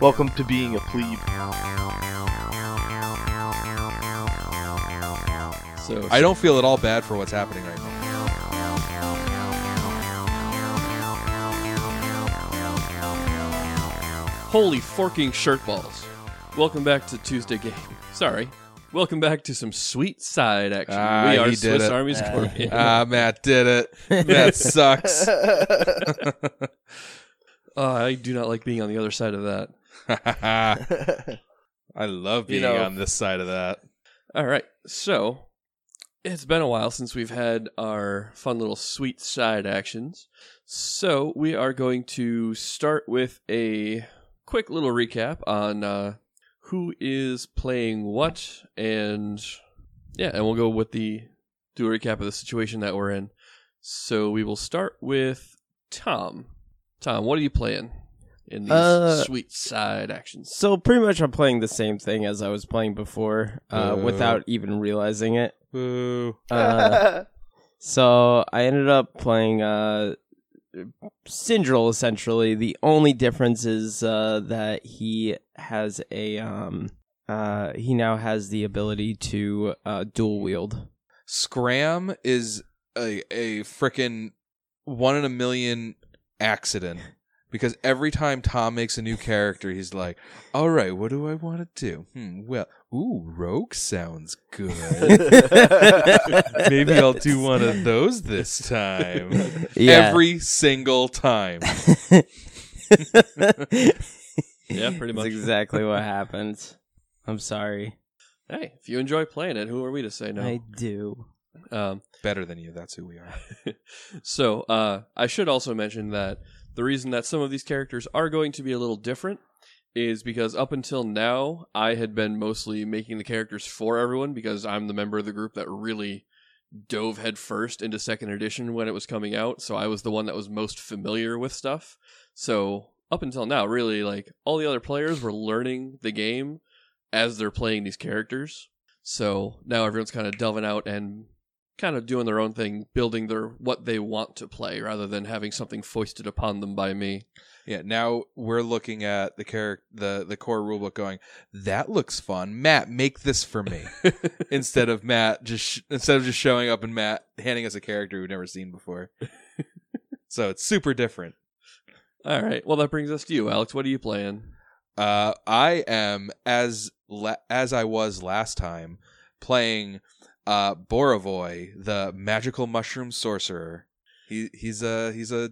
Welcome to being a plebe. So I don't feel at all bad for what's happening right now. holy forking shirt balls. Welcome back to Tuesday game. Sorry. Welcome back to some sweet side action. Ah, we he are did Swiss it. Army's Ah. Scorpion. Ah, Matt did it. That sucks. Uh, I do not like being on the other side of that. I love You being know- on this side of that. All right. So it's been a while since we've had our fun little sweet side actions. So we are going to start with a quick little recap on uh, who is playing what and yeah, and we'll go with the do a recap of the situation that we're in. So we will start with Tom. Tom, what are you playing in these Uh, sweet side actions? So pretty much, I'm playing the same thing as I was playing before, uh, Uh. without even realizing it. Boo. Uh, so I ended up playing uh, Syndril. Essentially, the only difference is uh, that he has a um, uh, he now has the ability to uh, dual wield. Scram is a a freaking one in a million accident because every time Tom makes a new character, he's like, "All right, what do I want to do? Hmm, well, ooh, rogue sounds good. Maybe I'll do one of those this time." Yeah. Every single time. Yeah, pretty That's much. exactly what happens. I'm sorry. Hey, if you enjoy playing it, who are we to say no? I do. Um, Better than you. That's who we are. so uh, I should also mention that the reason that some of these characters are going to be a little different is because up until now I had been mostly making the characters for everyone because I'm the member of the group that really dove headfirst into second edition when it was coming out, so I was the one that was most familiar with stuff. So up until now, really like all the other players were learning the game as they're playing these characters. So now everyone's kind of delving out and kind of doing their own thing, building their what they want to play rather than having something foisted upon them by me. Yeah, now we're looking at the character, the the core rulebook, going. That looks fun, Matt. Make this for me instead of Matt just sh- instead of just showing up and Matt handing us a character we've never seen before. so it's super different. All right. Well, that brings us to you, Alex. What are you playing? Uh, I am as la- as I was last time playing uh, Borovoy, the magical mushroom sorcerer. He he's a he's a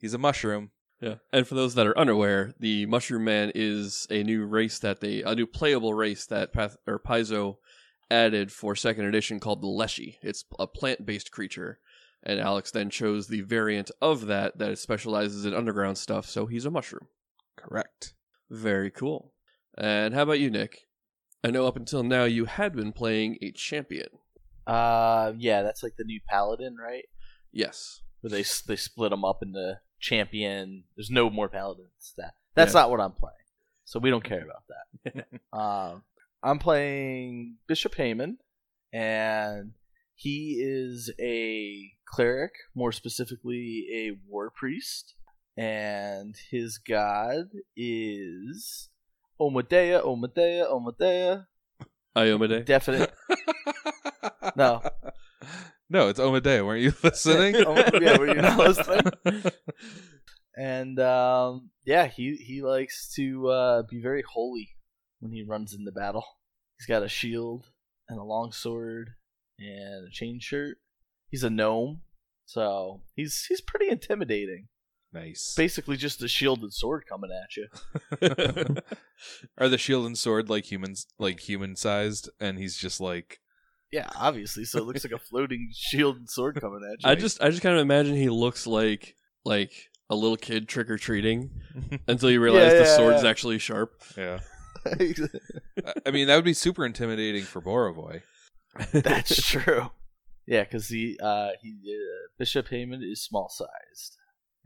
he's a mushroom. Yeah. And for those that are unaware, the Mushroom Man is a new race that they a new playable race that Path or Paizo added for second edition called the Leshy. It's a plant-based creature. And Alex then chose the variant of that that specializes in underground stuff, so he's a mushroom. Correct. Very cool. And how about you, Nick? I know up until now you had been playing a champion. Uh, yeah, that's like the new paladin, right? Yes. Where they s- they split them up into champion. There's no more paladins. That that's Yeah. not what I'm playing. So we don't care about that. um, I'm playing Bishop Heyman, and he is a cleric, more specifically a war priest, and his god is Omadea, Omadea, Omadea. Iomade. Definite No. No, it's Omadeo. Weren't you listening? Oh, yeah, were you not listening? and um, yeah, he he likes to uh, be very holy when he runs into battle. He's got a shield and a long sword and a chain shirt. He's a gnome, so he's he's pretty intimidating. Nice. Basically, just a shield and sword coming at you. Are the shield and sword like humans, like human sized? And he's just like, Yeah, obviously. So it looks like a floating shield and sword coming at you. I just I just kind of imagine he looks like like a little kid trick or treating until you realize Yeah, the yeah, sword yeah. is actually sharp. yeah. just I- I mean, that would be super intimidating for Borovoy. That's true. Yeah, because he, uh, he uh, Bishop Heyman is small sized,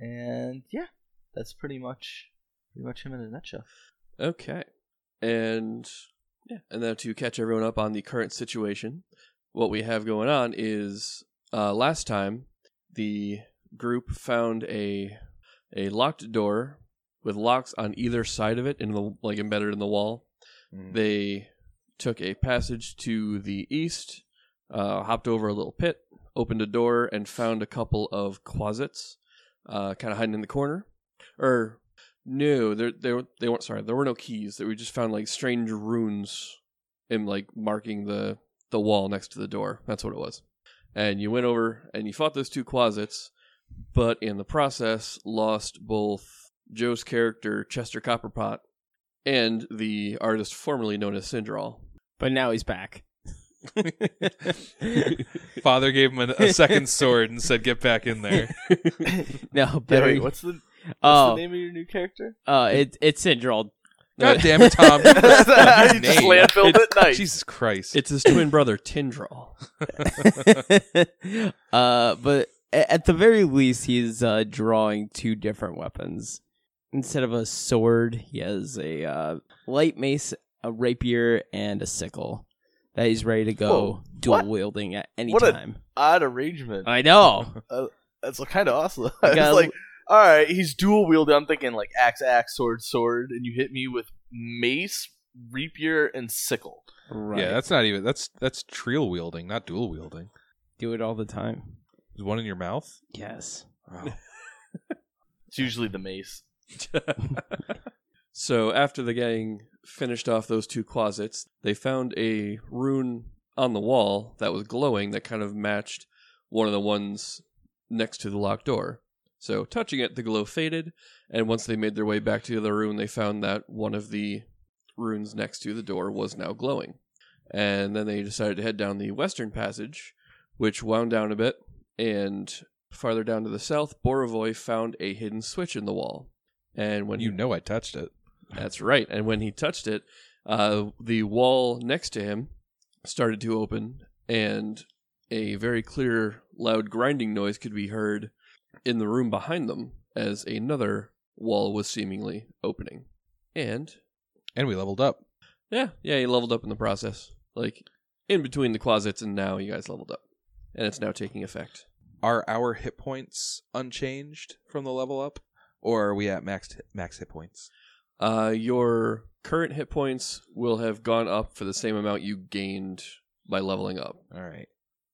and yeah, that's pretty much pretty much him in a nutshell. Okay. And yeah, and then to catch everyone up on the current situation, what we have going on is uh, last time the group found a a locked door with locks on either side of it in the like embedded in the wall. Mhm. Mm. They took a passage to the east, uh, hopped over a little pit, opened a door, and found a couple of closets, uh, kind of hiding in the corner. Or no, there they were- they weren't. Sorry, there were no keys. That we just found like strange runes, in like marking the the wall next to the door. That's what it was. And you went over and you fought those two closets, but in the process lost both Joe's character Chester Copperpot and the artist formerly known as Cinderall. But now he's back. Father gave him a, a second sword and said, "Get back in there." no, Yeah, Barry. wait, what's the what's the oh, name of your new character? uh, it, it's Cinderald. God damn it, Tom! you just landfilled it. Nice. Jesus Christ! It's his twin brother Tindral. uh, but a- at the very least, he's uh, drawing two different weapons. Instead of a sword, he has a uh, light mace, a rapier, and a sickle that he's ready to go Whoa, dual what? wielding at any What a- time. Odd arrangement. I know. That's kind of awesome. it's gotta- like, all right, he's dual wielded. I'm thinking like axe, axe, sword, sword, and you hit me with mace, rapier, and sickle. right. Yeah, that's not even that's that's trial wielding, not dual wielding. Do it all the time. Is one in your mouth? Yes. It's usually the mace. so after the gang finished off those two closets, they found a rune on the wall that was glowing that kind of matched one of the ones next to the locked door. So touching it, the glow faded, and once they made their way back to the other room, they found that one of the runes next to the door was now glowing. And then they decided to head down the western passage, which wound down a bit, and farther down to the south, Borovoy found a hidden switch in the wall. And when you know I touched it. that's right. And when he touched it, uh, the wall next to him started to open, and a very clear, loud grinding noise could be heard in the room behind them as another wall was seemingly opening. And And we leveled up. yeah, yeah, he leveled up in the process. Like in between the closets, and now you guys leveled up. And it's now taking effect. Are our hit points unchanged from the level up, or are we at max max hit points? Uh, your current hit points will have gone up for the same amount you gained by leveling up. All right.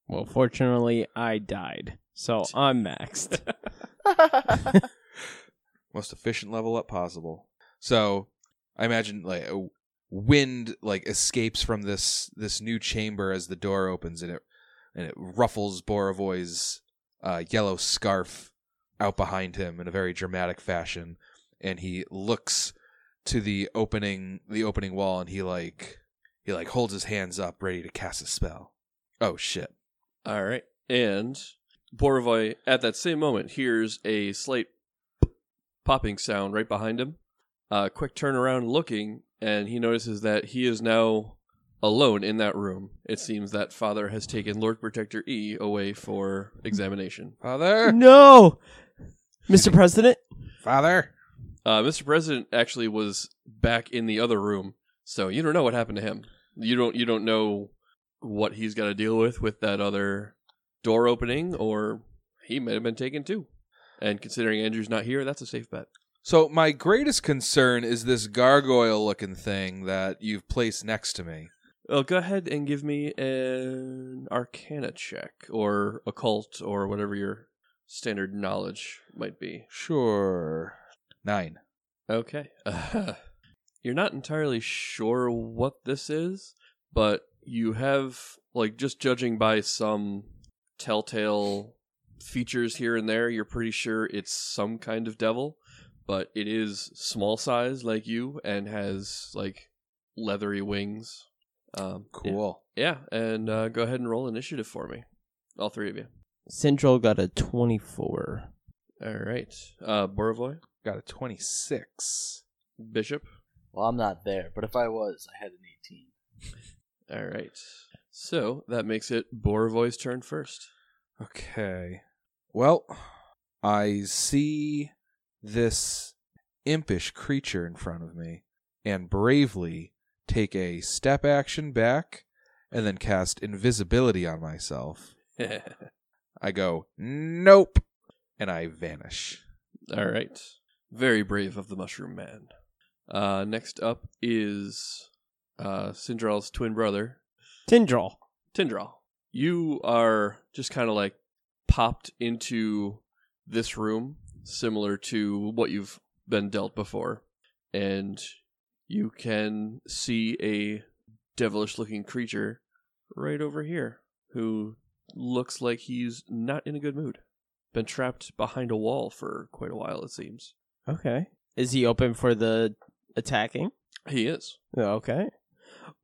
Well, fortunately, I died, so I'm maxed. most efficient level up possible. So I imagine like a wind like escapes from this this new chamber as the door opens and it and it ruffles Borovoy's uh, yellow scarf out behind him in a very dramatic fashion, and he looks to the opening the opening wall and he like he like holds his hands up ready to cast a spell. Oh shit! All right. And Borovoy, at that same moment, hears a slight popping sound right behind him. Uh, quick turnaround looking, and he notices that he is now alone in that room. It seems that Father has taken Lord Protector E away for examination. Father, no, Mr. President. father. Uh, Mr. President actually was back in the other room, so you don't know what happened to him. You don't you don't know what he's got to deal with with that other door opening, or he may have been taken too. And considering Andrew's not here, that's a safe bet. So my greatest concern is this gargoyle looking thing that you've placed next to me. Well, Uh, go ahead and give me an Arcana check or occult or whatever your standard knowledge might be. Sure. Nine. Okay. you're not entirely sure what this is, but you have, like, just judging by some telltale features here and there, you're pretty sure it's some kind of devil, but it is small size, like you, and has, like, leathery wings. Um, Cool. Yeah, and uh, go ahead and roll initiative for me. All three of you. Central got a 24. All right. Uh, Borovoy, Got a 26. Bishop. well, I'm not there, but if I was, I had an 18. All right. So that makes it Borovoy's turn first. Okay. Well, I see this impish creature in front of me and bravely take a step action back and then cast invisibility on myself. I go, nope. And I vanish. All right. Very brave of the Mushroom Man. Uh, next up is uh, Sindral's twin brother, Tindral. Tindral, you are just kind of like popped into this room, similar to what you've been dealt before, and you can see a devilish looking creature right over here who looks like he's not in a good mood. Been trapped behind a wall for quite a while, it seems. Okay. Is he open for the attacking? He is. Okay.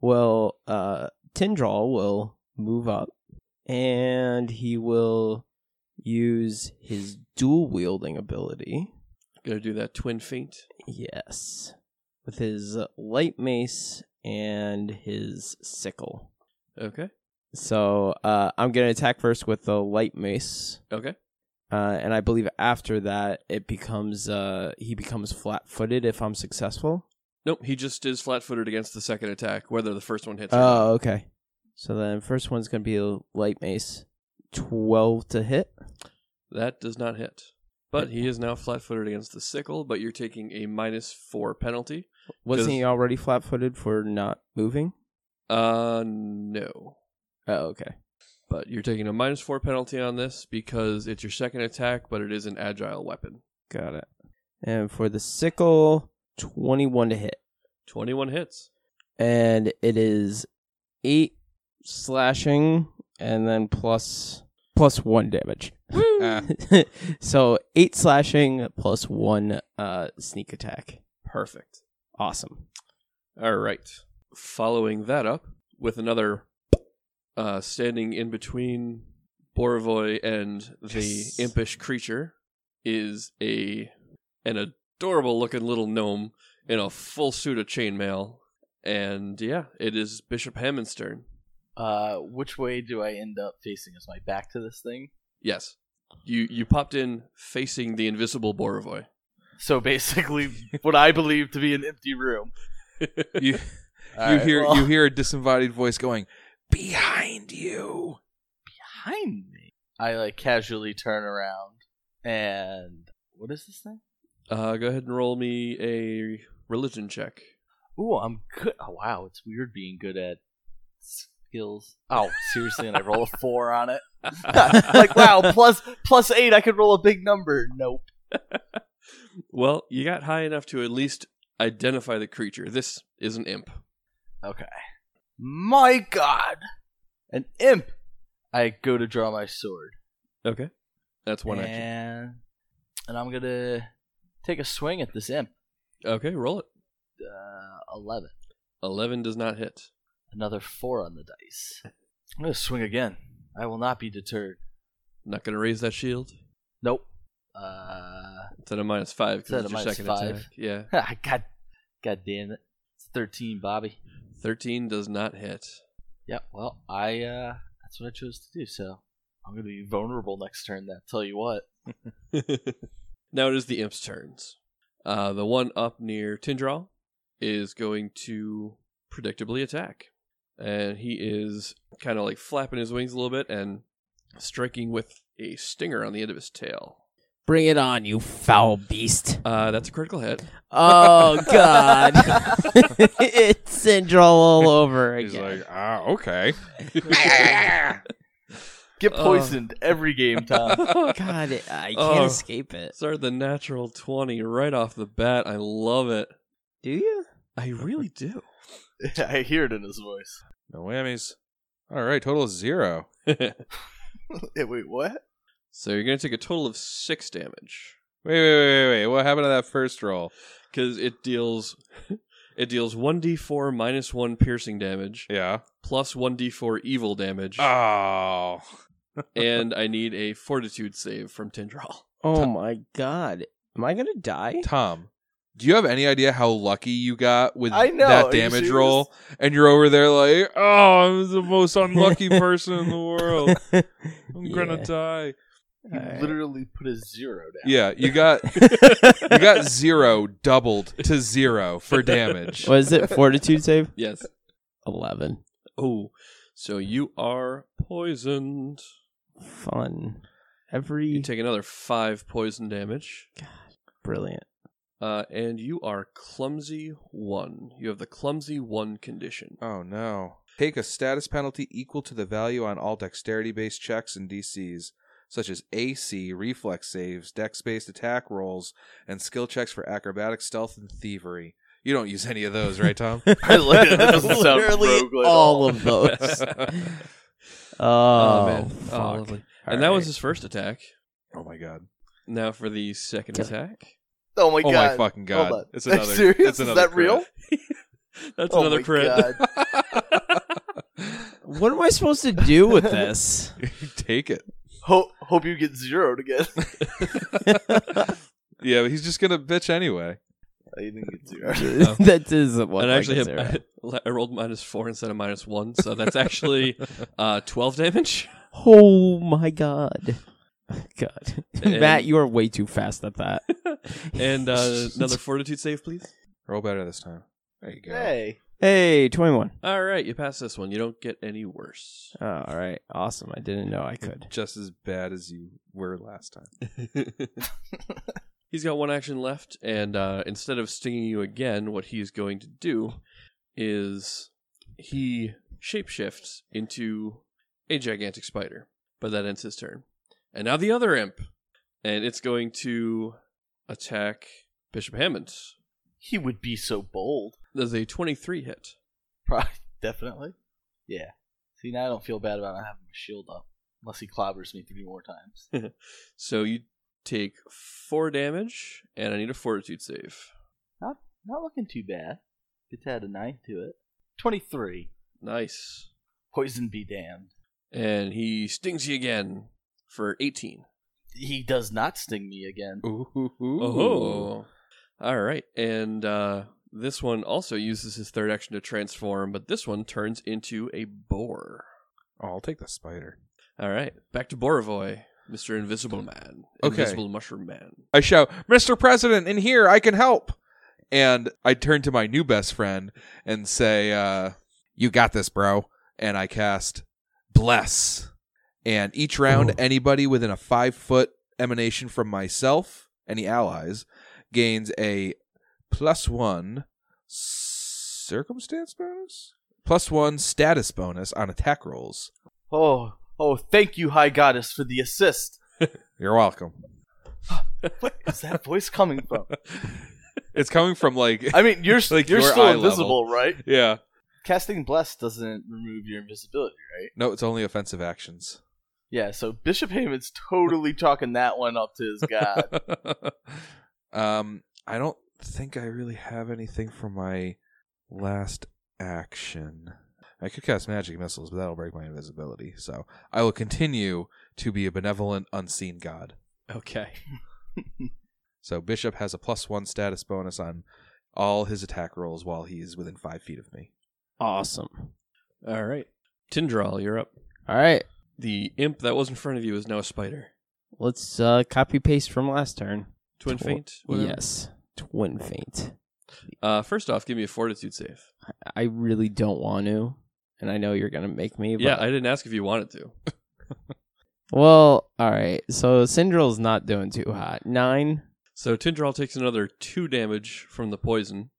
Well, uh, Tindral will move up and he will use his dual wielding ability. Gonna do that twin feint. Yes. With his light mace and his sickle. Okay. So uh, I'm going to attack first with the light mace. Okay. Uh, and I believe after that, it becomes uh, he becomes flat footed if I'm successful. Nope, he just is flat footed against the second attack, whether the first one hits or not. Oh, okay. So then first one's gonna be a light mace. Twelve to hit. That does not hit. But he is now flat footed against the sickle, but you're taking a minus four penalty. Wasn't Does- he already flat footed for not moving? Uh, no. Oh, okay. But you're taking a minus four penalty on this because it's your second attack, but it is an agile weapon. Got it. And for the sickle, twenty one to hit. 21 hits. And it is eight slashing and then plus plus one damage. Ah, so eight slashing plus one uh sneak attack. Perfect. Awesome. All right. Following that up with another uh, standing in between Borovoy and the Yes. impish creature is a an adorable looking little gnome in a full suit of chainmail. And yeah, it is Bishop Hammond's turn. Uh, which way do I end up facing? Is my back to this thing? Yes. You you popped in facing the invisible Borovoy. So basically, what I believe to be an empty room. you you All right, hear well, you hear a disembodied voice going behind you. behind me. I like casually turn around and what is this thing? Uh, go ahead and roll me a religion check. Ooh, I'm good. Oh wow, it's weird being good at skills. Oh, seriously, and I roll a four on it. like wow, plus plus eight, I could roll a big number. Nope. Well, you got high enough to at least identify the creature. This is an imp. Okay. My God, an imp. I go to draw my sword. Okay. That's one action. and, and I'm gonna take a swing at this imp. Okay, roll it. Uh, Eleven. 11 does not hit. Another four on the dice. I'm gonna swing again. I will not be deterred. Not going to raise that shield. Nope. Uh, It's at a minus 5 It's at because it's a your minus second five. attack. Yeah. God, God damn it. It's 13, Bobby. 13 does not hit. Yeah, well, I, uh, that's what I chose to do, so I'm going to be vulnerable next turn, that tell you what. now it is the imp's turns. Uh, the one up near Tindral is going to predictably attack. And he is kind of like flapping his wings a little bit and striking with a stinger on the end of his tail. Bring it on, you foul beast. Uh, that's a critical hit. Oh God! it's Syndrome all over He's again. like, ah, okay. Get Oh. poisoned every game, Tom. God, I can't Oh. escape it. Started the natural 20 right off the bat. I love it. Do you? I really do. I hear it in his voice. No whammies. All right, total is zero. Hey, wait, what? so you're going to take a total of six damage Wait, wait, wait, wait, wait. What happened to that first roll? because it deals it deals 1d4 minus 1 piercing damage Yeah. plus 1d4 evil damage Oh. and I need a fortitude save from Tindral. Oh my God! Am I gonna die? Tom, do you have any idea how lucky you got with I know, are that you damage serious? roll? And you're over there like, oh, I'm the most unlucky person in the world. I'm Yeah. gonna die. He Alright. literally put a zero down. Yeah, you got you got zero doubled to zero for damage. What is it? Fortitude save. Yes. Eleven. Oh, so you are poisoned. Fun. You Every take another 5 poison damage. brilliant. uh, and you are clumsy one. You have the clumsy one condition. Oh no. Take a status penalty equal to the value on all dexterity based checks and DCs, such as AC, reflex saves, dex based attack rolls, and skill checks for acrobatics, stealth, and thievery. You don't use any of those, right, Tom? I look at it, it doesn't sound Literally rogue at all. all of those. oh, Oh, man. fuck. Oh, lovely. and that All was right. his first attack. oh my god. Now for the second Duh. attack. Oh my oh god. my fucking Hold god. on. It's Are you another. serious? It's Is another that real? That's Oh another my crit. God. What am I supposed to do with this? Take it. Ho- hope you get zeroed again. Yeah, but he's just gonna bitch anyway. I didn't get zeroed. that isn't what and I I actually, consider hit, it. I rolled minus four instead of minus one, so that's actually uh, twelve damage. Oh my god. God. And- Matt, you are way too fast at that. And uh, another fortitude save, please. Roll better this time. There you go. Hey. Hey, 21. All right, you pass this one. You don't get any worse. Oh, all right. Awesome. I didn't know I could. Just as bad as you were last time. He's got one action left, and uh, instead of stinging you again, what he's going to do is he shapeshifts into a gigantic spider, but that ends his turn. And now the other imp, and it's going to attack Bishop Hammond. He would be so bold. Does a 23 hit. Probably, definitely. Yeah. See, now I don't feel bad about not having my shield up. Unless he clobbers me three more times. So you take 4 damage, and I need a fortitude save. Not looking too bad. Good to add a 9 to it. 23. Nice. Poison be damned. And he stings you again for 18. He does not sting me again. Ooh. Oh. All right. And uh, this one also uses his third action to transform, but this one turns into a boar. Oh, I'll take the spider. All right. Back to Borovoy, Mr. Invisible Man. Okay. Invisible Mushroom Man. I shout, Mr. President, in here, I can help. And I turn to my new best friend and say, uh, You got this, bro. And I cast Bless. And each round, Ooh. anybody within a five foot emanation from myself, any allies, gains a plus one circumstance bonus? Plus one status bonus on attack rolls. Oh, oh, thank you, High Goddess, for the assist. You're welcome. Where is that voice coming from? It's coming from like, I mean, you're Like you're your still eye invisible, right? yeah. Casting Bless doesn't remove your invisibility, right? No, it's only offensive actions. Yeah, so Bishop Heyman's totally talking that one up to his god. um, I don't think I really have anything for my last action. I could cast magic missiles, but that'll break my invisibility. So I will continue to be a benevolent, unseen god. Okay. So Bishop has a plus one status bonus on all his attack rolls while he's within five feet of me. Awesome. All right. Tindral, you're up. All right. The imp that was in front of you is now a spider. Let's uh, copy paste from last turn. Twin Tw- faint? whatever. Yes. Twin faint. Uh, first off, give me a fortitude save. I really don't want to, and I know you're gonna make me. But... Yeah, I didn't ask if you wanted to. Well, all right. So Syndrill's not doing too hot. Nine. So Tindral takes another two damage from the poison,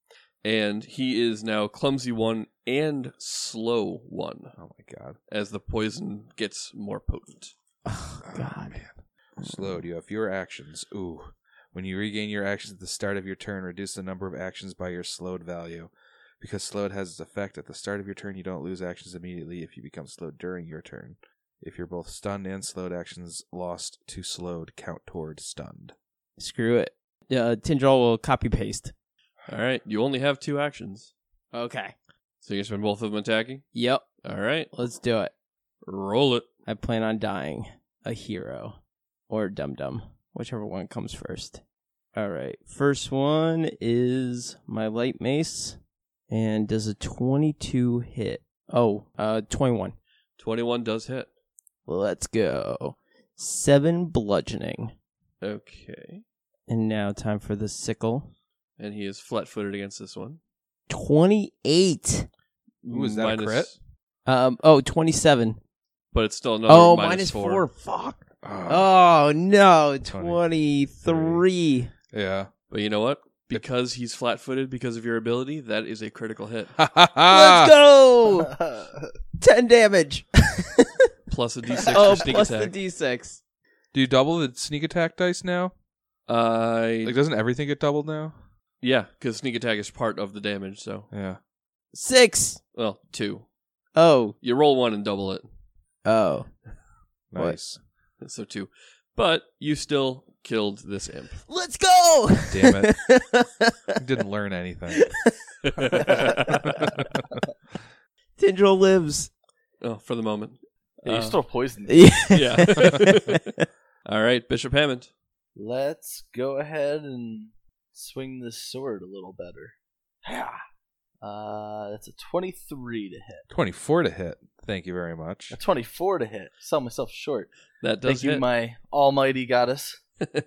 and he is now clumsy one and slow one Oh my god. as the poison gets more potent. Oh, Oh, God. Slowed. You have fewer actions. Ooh. When you regain your actions at the start of your turn, reduce the number of actions by your slowed value. Because slowed has its effect at the start of your turn, you don't lose actions immediately if you become slowed during your turn. If you're both stunned and slowed, actions lost to slowed count toward stunned. Screw it. Uh, Tindril will copy paste. All right, you only have two actions, Okay. so you can spend both of them attacking. Yep. All right, Let's do it. roll it. I plan on dying a hero or dum dum, whichever one comes first. All right. First one is my light mace, and does a twenty-two hit? Oh, uh, twenty-one. Twenty-one does hit. Let's go. Seven bludgeoning. Okay, And now time for the sickle. and he is flat-footed against this one. 28. Ooh, is that a crit? Um, oh, 27. But it's still another Oh, minus minus four. four. Fuck. Ah, Oh, no. 23. 23. Yeah. But you know what? because he's flat-footed because of your ability. That is a critical hit, Ha Ah. Let's ha go. Oh. Ten damage. plus a d6 oh, for sneak plus attack. the d6. Do you double the sneak attack dice now? I- Like, doesn't everything get doubled now? yeah, because sneak attack is part of the damage. So Yeah. Six. well, two. Oh, You roll one and double it, oh. What? Nice. so two. But you still killed this imp. Let's go. Damn it. Didn't learn anything. Tindril lives. oh, for the moment. Yeah, Uh, you're still poisoned. yeah. All right, Bishop Hammond. Let's go ahead and swing this sword a little better. Yeah. Uh, that's a 23 to hit. 24 to hit. Thank you very much. A 24 to hit. Sell myself short. Thank That does you, hit. my almighty goddess. that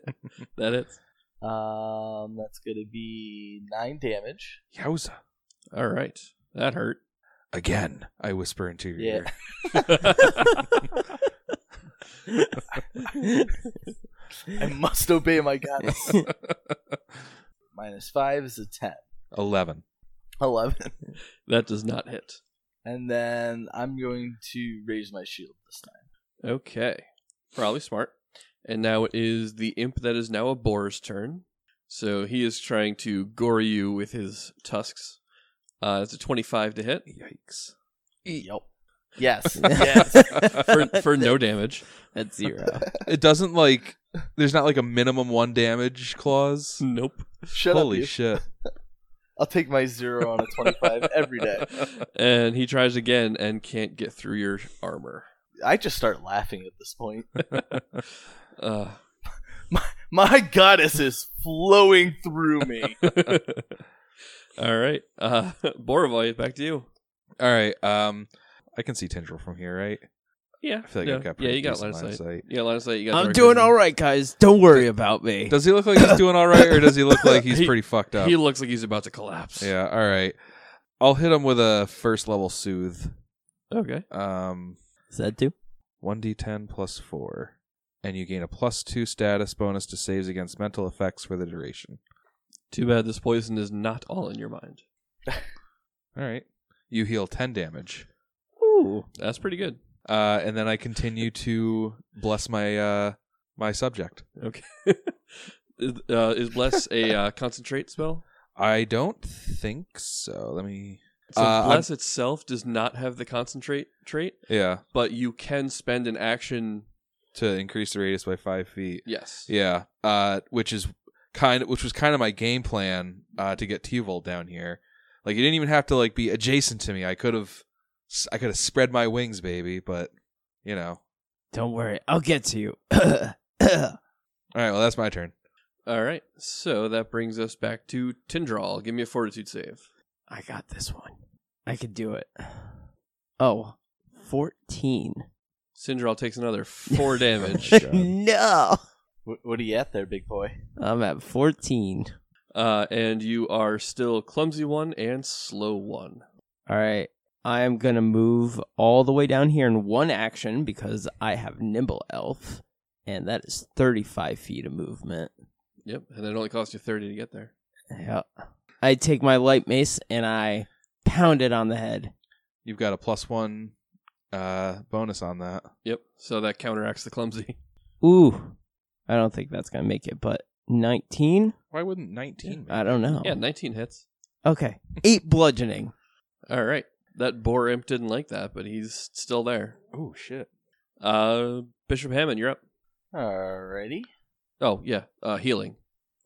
hits. Um, that's gonna be nine damage. Yowza. All right, that hurt. Again, I whisper into your Yeah. ear. I must obey my goddess. Minus five is a ten. 11. Eleven. That does not hit. And then I'm going to raise my shield this time. Okay, probably smart. And now it is the imp that is now a boar's turn. So he is trying to gore you with his tusks. Uh, it's a twenty-five to hit Yikes. Yep. Yes. yes. for, for, for no damage. That's zero. It doesn't like, there's not like a minimum one damage clause. Nope. Shut Holy up. you. shit. I'll take my zero on a twenty-five every day. And he tries again and can't get through your armor. I just start laughing at this point. Uh, My goddess is flowing through me. all right, uh, Borovoy, back to you. All right. Um, I can see Tendril from here, right? Yeah, I feel like yeah. I've got yeah, pretty you got line decent of line of sight. sight. Yeah, line of sight. You got. I'm doing all right, guys. Don't worry about me. Does he look like he's doing all right, or does he look like he's He- pretty fucked up? He looks like he's about to collapse. Yeah. All right. I'll hit him with a first level soothe. Okay. Um, Is that two? 1d10 plus 4. And you gain a plus 2 status bonus to saves against mental effects for the duration. Too bad this poison is not all in your mind. All right. You heal 10 damage. Ooh. That's pretty good. Uh, and then I continue to bless my uh, my subject. Okay. Is- uh, is bless a uh, concentrate spell? I don't think so. Let me. So Uh, bless itself does not have the concentrate trait, Yeah. but you can spend an action. To increase the radius by 5 feet. Yes. Yeah. Uh, which is kind which was kind of my game plan uh, to get T-Volt down here. Like you didn't even have to like be adjacent to me. I could have I could have spread my wings, baby, but you know. Don't worry. I'll get to you. All right, well that's my turn. All right. So that brings us back to Tindral. Give me a fortitude save. I got this one. I could do it. Oh, 14. Sindral takes another four damage. Oh, my God. no. Wh- What are you at there, big boy? I'm at 14. Uh, and you are still clumsy one and slow one. All right. I am going to move all the way down here in one action because I have Nimble Elf, and that is 35 feet of movement. Yep. And it only costs you 30 to get there. Yep. I take my light mace and I pound it on the head. You've got a plus 1 uh bonus on that. Yep. So that counteracts the clumsy. Ooh. I don't think that's going to make it, but 19? Why wouldn't 19? I don't know. Yeah, 19 hits. Okay. Eight bludgeoning. All right. That boar imp didn't like that, but he's still there. Oh shit. Uh, Bishop Hammond, you're up. Alrighty. Oh, yeah. Uh, healing.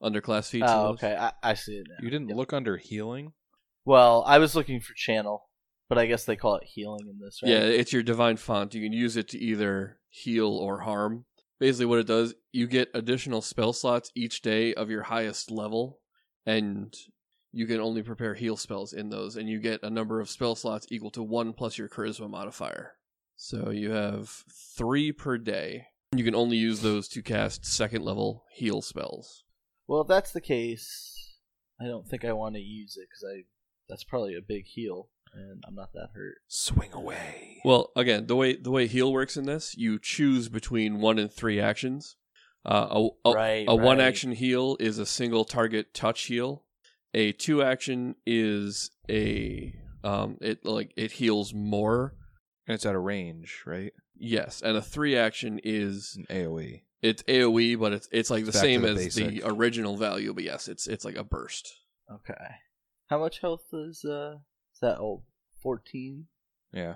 Underclass feats. Oh, and those. okay. I, I see it now. You didn't Yep. look under healing? Well, I was looking for channel, but I guess they call it healing in this, right? Yeah, it's your divine font. You can use it to either heal or harm. Basically, what it does, you get additional spell slots each day of your highest level, and you can only prepare heal spells in those, and you get a number of spell slots equal to one plus your charisma modifier. So you have three per day. You can only use those to cast second level heal spells. Well, if that's the case, I don't think I want to use it because I that's probably a big heal, and I'm not that hurt. Swing away. Well, again, the way the way heal works in this, you choose between one and three actions. Uh, a, a- right. a right. one action heal is a single target touch heal A two action is a um it like it heals more. And it's out of range, right? Yes, and a three action is It's an E. AoE. it's AOE, but it's it's like the Back to same the as the basic. original value. But yes, it's it's like a burst. Okay. How much health is uh is that old? Fourteen? Yeah.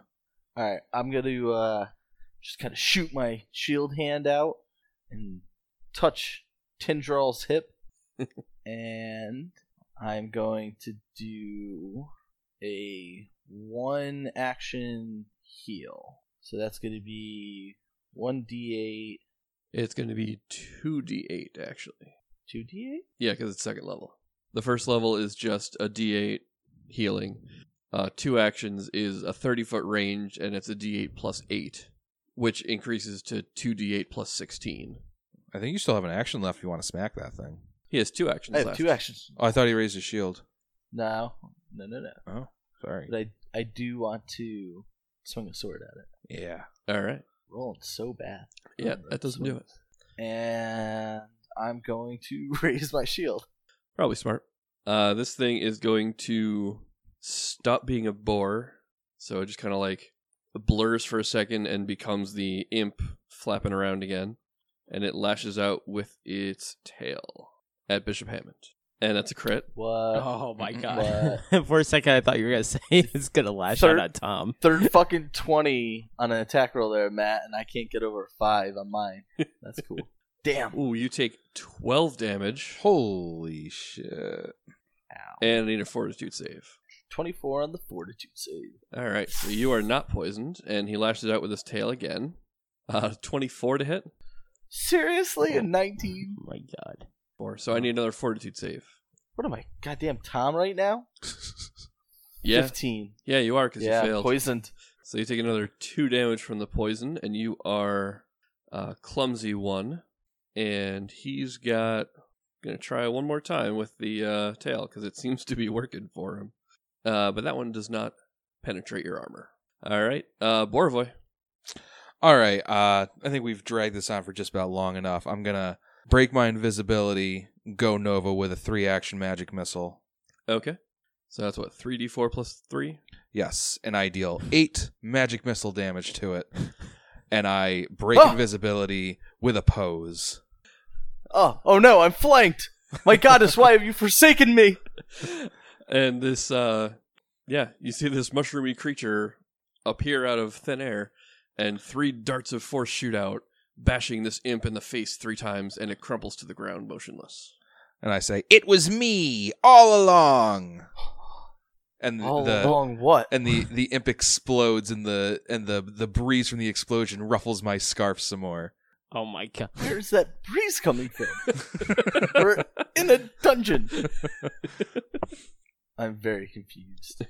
Alright, I'm gonna uh just kinda shoot my shield hand out and touch Tindrall's hip. and I'm going to do a one action heal. So that's gonna be one D eight, It's going to be two d eight actually. two D eight? Yeah, because it's second level. The first level is just a d8 healing. Uh, two actions is a 30 foot range, and it's a d8 plus 8, which increases to 2d8 plus 16. I think you still have an action left if you want to smack that thing. He has two actions I have left. two actions. Oh, I thought he raised his shield. No. No no no. Sorry. But I I do want to swing a sword at it. Yeah. All right. Rolling so bad. Yeah, Oh, that doesn't do it. And I'm going to raise my shield. Probably smart. Uh, this thing is going to stop being a boar. So it just kind of like blurs for a second and becomes the imp flapping around again. And it lashes out with its tail at Bishop Hammond. And that's a crit. What? Oh my God. For a second, I thought you were gonna say it's gonna lash Third- out at Tom. Third fucking 20 on an attack roll there, Matt, and I can't get over a 5 on mine. That's cool. Damn. Ooh, you take 12 damage Holy shit. Ow. and need a fortitude save. 24 on the fortitude save. All right, so you are not poisoned, and he lashes out with his tail again. Uh, 24 to hit. Seriously? A 19? Oh my god. Four. So I need another fortitude save. What am I? Goddamn Tom right now? Yeah, 15. yeah, you are because Yeah, you failed. poisoned. So you take another two damage from the poison, and you are uh, clumsy one. And he's got gonna try one more time with the uh, tail because it seems to be working for him. Uh, but that one does not penetrate your armor. All right, uh, Borvoy. All right. Uh, I think we've dragged this on for just about long enough. I'm gonna break my invisibility, go Nova with a three action magic missile. Okay, so that's what three d four plus three. Yes, an ideal eight magic missile damage to it, and I break Oh. invisibility with a pose. Oh, oh no, I'm flanked. My goddess, why have you forsaken me? and this uh yeah you see this mushroomy creature appear out of thin air and three darts of force shoot out bashing this imp in the face three times and it crumples to the ground motionless and I say, "It was me all along." And All the along what? and the the imp explodes, and the and the the breeze from the explosion ruffles my scarf some more. Oh my god. Where's that breeze coming from? We're in a dungeon. I'm very confused.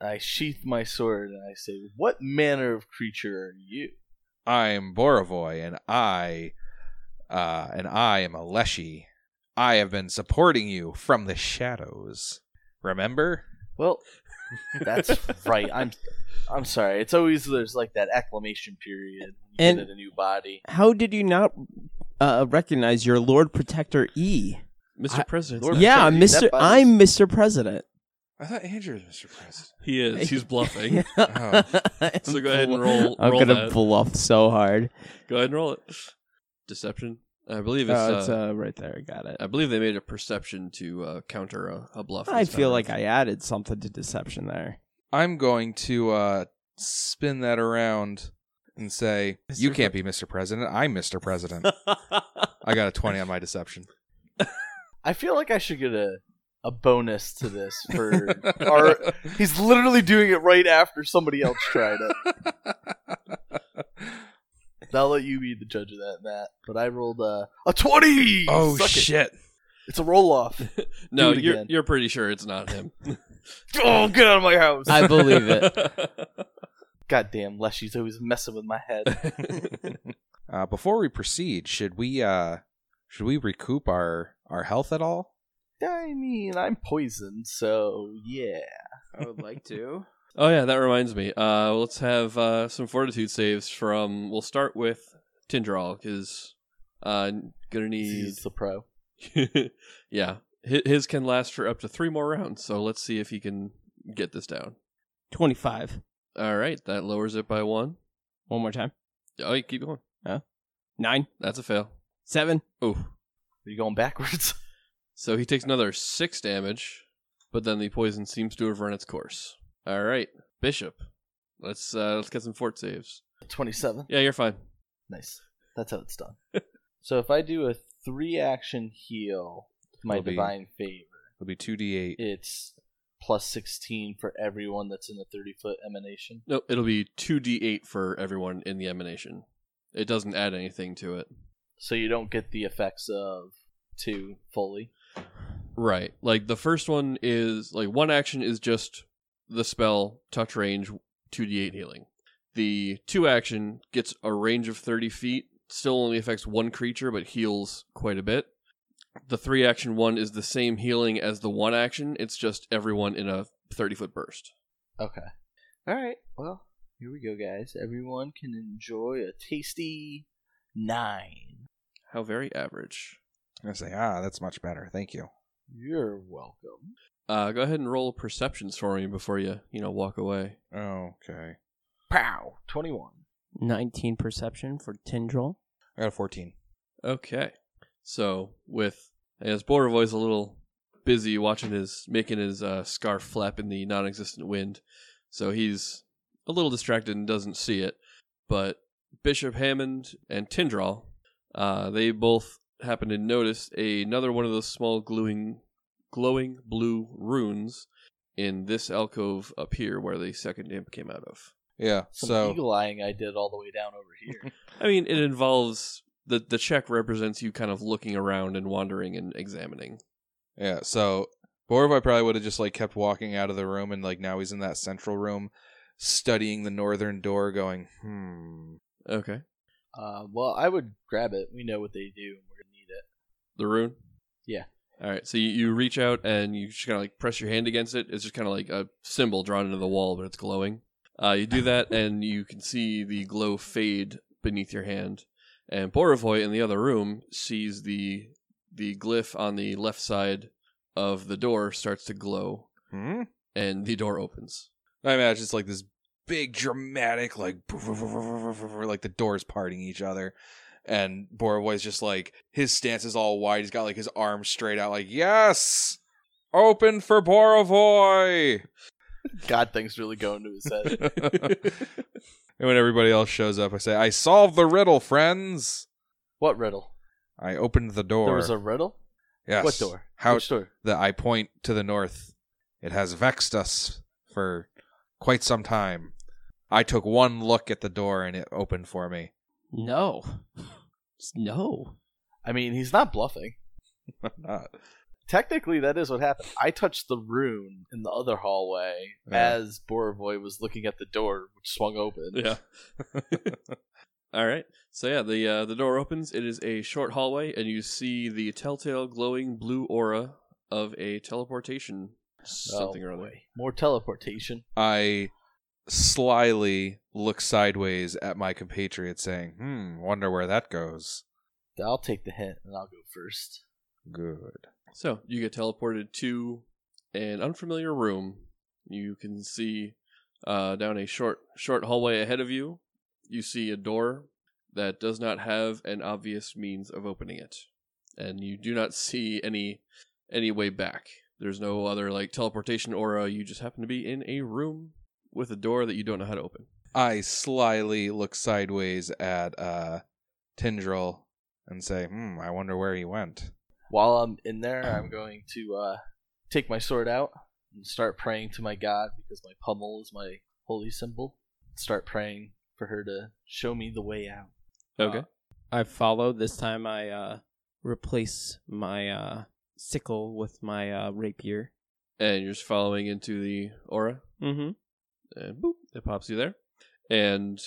I sheath my sword and I say, What manner of creature are you? I'm Borovoy, and I uh, and I am a Leshy. I have been supporting you from the shadows. Remember? Well, that's right. I'm I'm sorry. It's always there's like that acclamation period when And- you get in a new body. How did you not uh, recognize your Lord Protector E? mr I- president Lord- yeah, Protector E, Mister. that buttons- I'm Mister. President. I thought Andrew was Mr. President. he is he's bluffing Oh. So go ahead and roll- I'm roll gonna that. bluff so hard. go ahead and roll it deception i believe it's, Oh, it's uh, uh, right there. Got it. i believe they made a perception to uh, counter a, a bluff I this time feel like around. I added something to deception there. I'm going to uh, spin that around and say, Mr. "You can't be Mr. President. I'm Mr. President." I got a twenty on my deception. I feel like I should get a a bonus to this for our he's literally doing it right after somebody else tried it. I'll let you be the judge of that, Matt. But I rolled a, a 20! oh Suck it. shit! It's a roll off. no Do it you're, again. you're pretty sure it's not him oh, get out of my house! I believe it. Goddamn, Leshy's always messing with my head. Uh, before we proceed, should we uh, should we recoup our our health at all? I mean, I'm poisoned, so yeah. I would like to. Oh yeah, that reminds me. Uh, let's have uh, some fortitude saves from. We'll start with Tindral because uh, gonna need. He's the pro. yeah, Hi- His can last for up to three more rounds, so let's see if he can get this down. 25. All right, that lowers it by one. One more time. Oh, you keep going. Nine, That's a fail. seven. Oh, Are you going backwards? so he takes another six damage, but then the poison seems to have run its course. All right, Bishop, let's uh, let's get some fort saves. 27. Yeah, you're fine. Nice. That's how it's done. so if I do a three action heal, my It'll be- divine favor, It'll be two d eight. it's plus 16 for everyone that's in the 30 foot emanation. No, it'll be two d8 for everyone in the emanation. It doesn't add anything to it. So you don't get the effects of two fully. Right. Like the first one is like one action is just the spell touch range 2d8 healing. The two action gets a range of 30 feet, still only affects one creature but heals quite a bit. The three action one is the same healing as the one action, it's just everyone in a 30 foot burst. Okay. All right. Well, here we go, guys. Everyone can enjoy a tasty nine. How very average. I say, ah, that's much better. Thank you. You're welcome. Uh, go ahead and roll perceptions for me before you, you know, walk away. Okay, Pow! 21. 19 perception for Tindril. I got a fourteen. Okay. So with I guess Borovoy's a little busy watching his making his uh, scarf flap in the non-existent wind, so he's a little distracted and doesn't see it. But Bishop Hammond and Tindral, uh, they both happen to notice another one of those small gluing, glowing blue runes in this alcove up here where the second imp came out of. Yeah. Some so eagle eyeing I did all the way down over here. I mean, it involves the the check represents you kind of looking around and wandering and examining. yeah. So Borovoy probably would have just like kept walking out of the room, and like now he's in that central room, studying the northern door, going, hmm. Okay. uh, well, I would grab it. We know what they do, and we're going to need it. The rune? Yeah. All right. So you, you reach out and you just kind of like press your hand against it. It's just kind of like a symbol drawn into the wall, but it's glowing. Uh, you do that and you can see the glow fade beneath your hand. And Borovoy in the other room sees the the glyph on the left side of the door starts to glow Hmm. and the door opens. I imagine it's like this big dramatic like like the doors parting each other and Borovoy's just like his stance is all wide he's got like his arms straight out like yes open for Borovoy God, things really going to his head. and when everybody else shows up I say I solved the riddle friends what riddle? I opened the door There was a riddle? yes What door? how Which door? that I point to the north. It has vexed us for quite some time. I took one look at the door and it opened for me. No. Just no. I mean, he's not bluffing. Uh, Technically, that is what happened. I touched the rune in the other hallway Yeah. as Borovoy was looking at the door, which swung open. Yeah. All right. So yeah, the uh, the door opens. It is a short hallway, and you see the telltale glowing blue aura of a teleportation Oh, something or other. boy. More teleportation. I slyly look sideways at my compatriot, saying, "Hmm, wonder where that goes." I'll take the hint and I'll go first. Good. So you get teleported to an unfamiliar room. You can see uh, down a short short hallway ahead of you. You see a door that does not have an obvious means of opening it, and you do not see any any way back. There's no other like teleportation aura. You just happen to be in a room with a door that you don't know how to open. I slyly look sideways at uh, Tindril and say, "Hmm, I wonder where he went." While I'm in there, I'm going to uh, take my sword out and start praying to my god because my pummel is my holy symbol. Start praying for her to show me the way out. Okay. I follow. This time I uh, replace my uh, sickle with my uh, rapier. and you're just following into the aura. Mm-hmm. and boop, it pops you there. And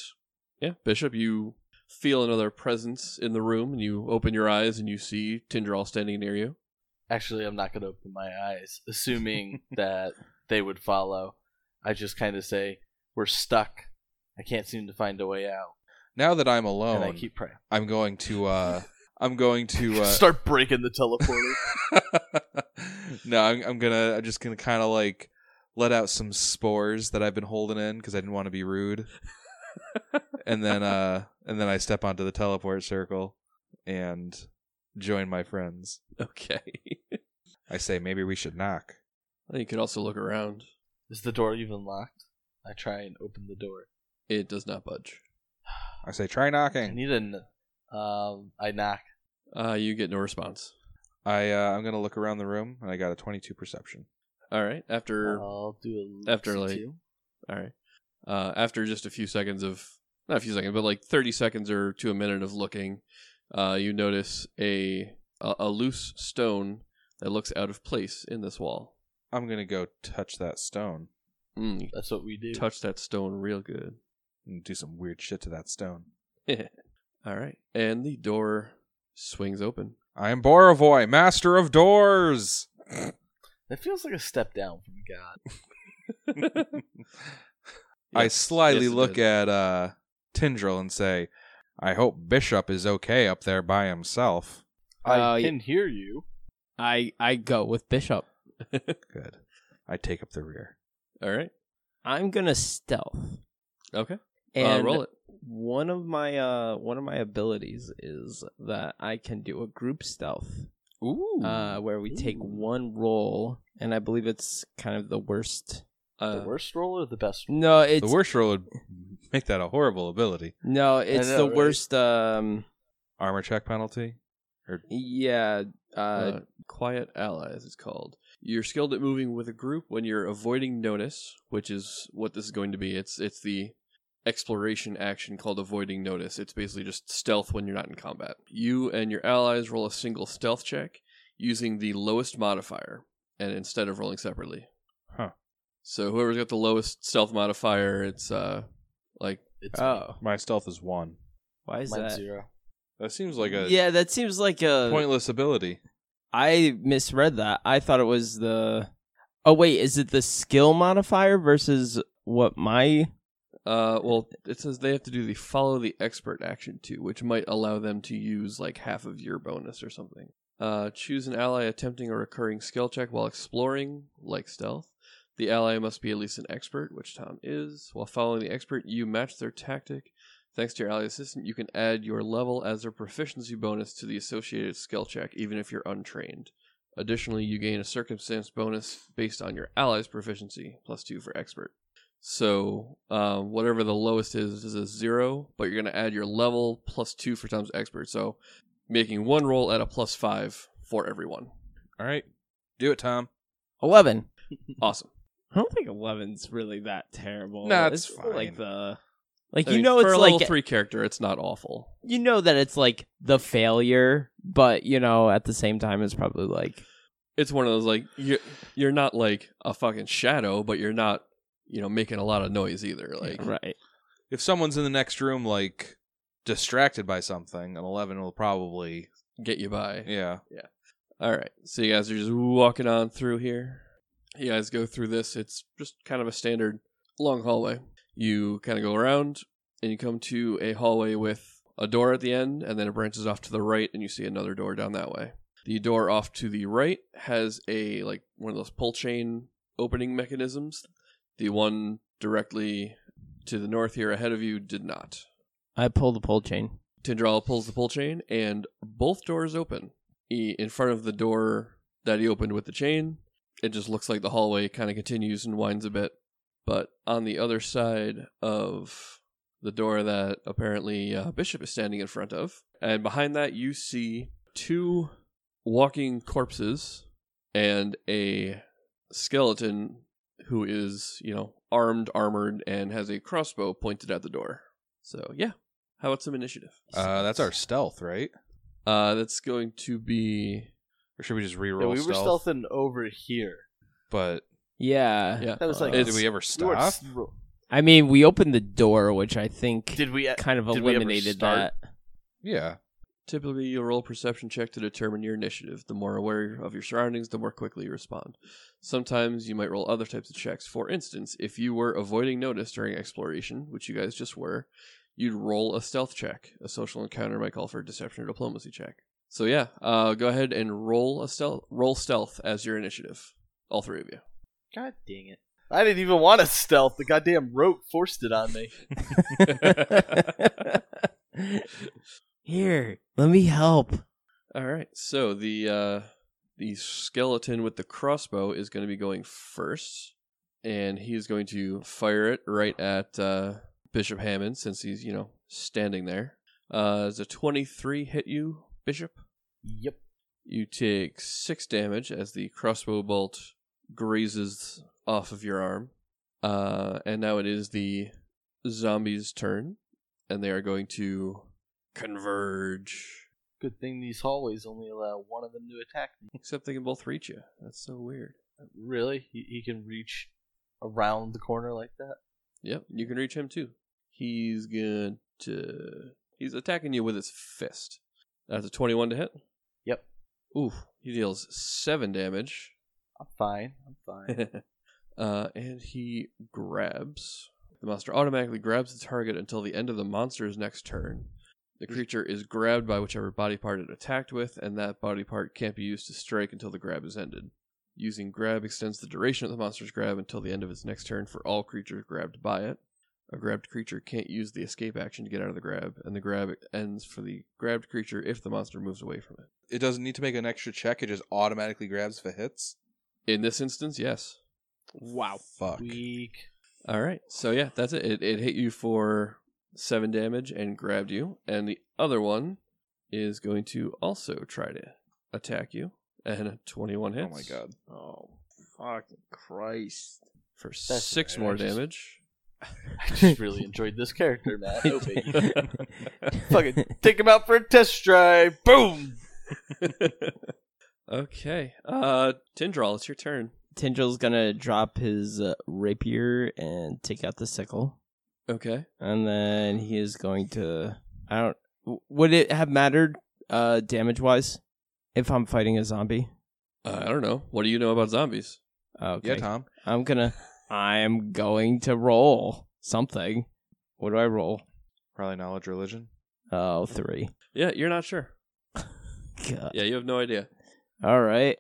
yeah, Bishop, you feel another presence in the room, and you open your eyes and you see Tindral standing near you. Actually, I'm not going to open my eyes, assuming that they would follow. I just kind of say, We're stuck. I can't seem to find a way out. Now that I'm and I Oh, alone, keep praying. I'm going to uh I'm going to uh, Start breaking the teleporter. no, I'm, I'm gonna. I'm just gonna kind of like let out some spores that I've been holding in because I didn't want to be rude. and then, uh, and then I step onto the teleport circle and join my friends. Okay. I say maybe we should knock. Well, you could also look around. Is the door even locked? I try and open the door. It does not budge. I say try I knocking. need an. Um, I knock. Uh, you get no response. I uh, I'm gonna look around the room and I got a 22 perception. All right. After I'll do a after, like- two. all right. Uh, after just a few seconds of not a few seconds, but like thirty seconds or to a minute of looking, uh, you notice a a, a loose stone that looks out of place in this wall. I'm gonna go touch that stone Mm, you That's what we do. touch that stone real good. and do some weird shit to that stone. All right. And the door swings open. I am Borovoy, master of doors. That feels like a step down from God. I Yes, slyly yes, it look did. at uh, Tindril and say, I hope Bishop is okay up there by himself. I Uh, can hear you. I I go with Bishop. Good. I take up the rear. All right. I'm gonna stealth. Okay. And uh, roll it. one of my uh one of my abilities is that I can do a group stealth. Ooh. Uh where we take Ooh. one roll and I believe it's kind of the worst. Uh, the worst roll or the best roll? No, the it's worst roll would make that a horrible ability. no, it's know, the right? worst um Armor check penalty? yeah, uh, uh, quiet allies is called. You're skilled at moving with a group when you're avoiding notice, which is what this is going to be. It's it's the exploration action called avoiding notice. It's basically just stealth when you're not in combat. You and your allies roll a single stealth check using the lowest modifier and instead of rolling separately. Huh. So whoever's got the lowest stealth modifier, it's uh like It's oh, My stealth is one. why is Mine's that? zero. That seems like a yeah, that seems like a pointless ability. I misread that. I thought it was the Oh wait, is it the skill modifier versus what my Uh, well, it says they have to do the follow the expert action too, which might allow them to use like half of your bonus or something. Uh, choose an ally attempting a recurring skill check while exploring, like stealth. The ally must be at least an expert, which Tom is. While following the expert, you match their tactic. Thanks to your ally assistant, you can add your level as their proficiency bonus to the associated skill check, even if you're untrained. Additionally, you gain a circumstance bonus based on your ally's proficiency, plus two for expert. So um, whatever the lowest is is a zero, but you're gonna add your level plus two for Tom's expert. So making one roll at a plus five for everyone. All right. Do it, Tom. 11? Awesome. I don't think 11's really that terrible. Nah, it's more like fine. the like I you mean, know for it's a like level three character, it's not awful. you know that it's like the failure, but you know at the same time it's probably like It's one of those like you're you're not like a fucking shadow, but you're not you know making a lot of noise either. Like right. If someone's in the next room, like, distracted by something, an 11 will probably. get you by. Yeah. All right. So you guys are just walking on through here. You guys go through this. It's just kind of a standard long hallway. You kind of go around and you come to a hallway with a door at the end, and then it branches off to the right, and you see another door down that way. The door off to the right has a like one of those pull chain opening mechanisms. The one directly to the north here ahead of you did not. I pull the pole chain. Tindral pulls the pull chain, and both doors open. E- In front of the door that he opened with the chain, it just looks like the hallway kind of continues and winds a bit. But on the other side of the door that apparently uh, Bishop is standing in front of, and behind that you see two walking corpses and a skeleton who is, you know, armed, armored, and has a crossbow pointed at the door. So, yeah. How about some initiative? Uh, that's our stealth, right? Uh, that's going to be Or should we just reroll Yeah, we were stealth? stealthing over here. But Yeah. yeah. That was Uh, like It's- did we ever you were stop? s- I mean, we opened the door, which I think Did we? e- kind of did we ever eliminated start? that. Yeah. Typically, you'll roll a perception check to determine your initiative. The more aware of your surroundings, the more quickly you respond. Sometimes you might roll other types of checks. For instance, if you were avoiding notice during exploration, which you guys just were, you'd roll a stealth check. A social encounter might call for a deception or diplomacy check. So yeah, uh, go ahead and roll a stealth roll stealth as your initiative. All three of you. God dang it. I didn't even want to stealth. The goddamn rope forced it on me. Here, let me help. All right. So the uh, the skeleton with the crossbow is going to be going first, and he is going to fire it right at uh, Bishop Hammond since he's you know standing there. Uh, does a twenty three hit you, Bishop? Yep. You take six damage as the crossbow bolt grazes off of your arm. Uh, and now it is the zombies' turn, and they are going to converge. Good thing these hallways only allow one of them to attack me. Except they can both reach you. That's so weird. Really? He, he can reach around the corner like that? Yep, you can reach him too. He's going to. He's attacking you with his fist. That's a 21 to hit. Yep. Ooh, he deals 7 damage. I'm fine. I'm fine. uh, and he grabs. The monster automatically grabs the target until the end of the monster's next turn. The creature is grabbed by whichever body part it attacked with, and that body part can't be used to strike until the grab is ended. Using grab extends the duration of the monster's grab until the end of its next turn for all creatures grabbed by it. A grabbed creature can't use the escape action to get out of the grab, and the grab ends for the grabbed creature if the monster moves away from it. It doesn't need to make an extra check. It just automatically grabs if it hits. In this instance, yes. Wow. Fuck. Weak. All right. So yeah, that's it. It, it hit you for seven damage and grabbed you, and the other one is going to also try to attack you, and a twenty-one hits. oh my god. Oh, fucking Christ. For right, six more I just- damage. I just really enjoyed this character, man. Oh, baby. Fucking take him out for a test drive. Boom! okay. Uh, Tindral, it's your turn. Tindrill's gonna drop his uh, rapier and take out the sickle, Okay. and then he is going to. I don't. w- Would it have mattered, uh, damage wise, if I'm fighting a zombie? Uh, I don't know. What do you know about zombies? Okay. Yeah, Tom. I'm gonna. I'm going to roll something. What do I roll? Probably knowledge religion. Oh, three. Yeah, you're not sure. God. Yeah, you have no idea. All right.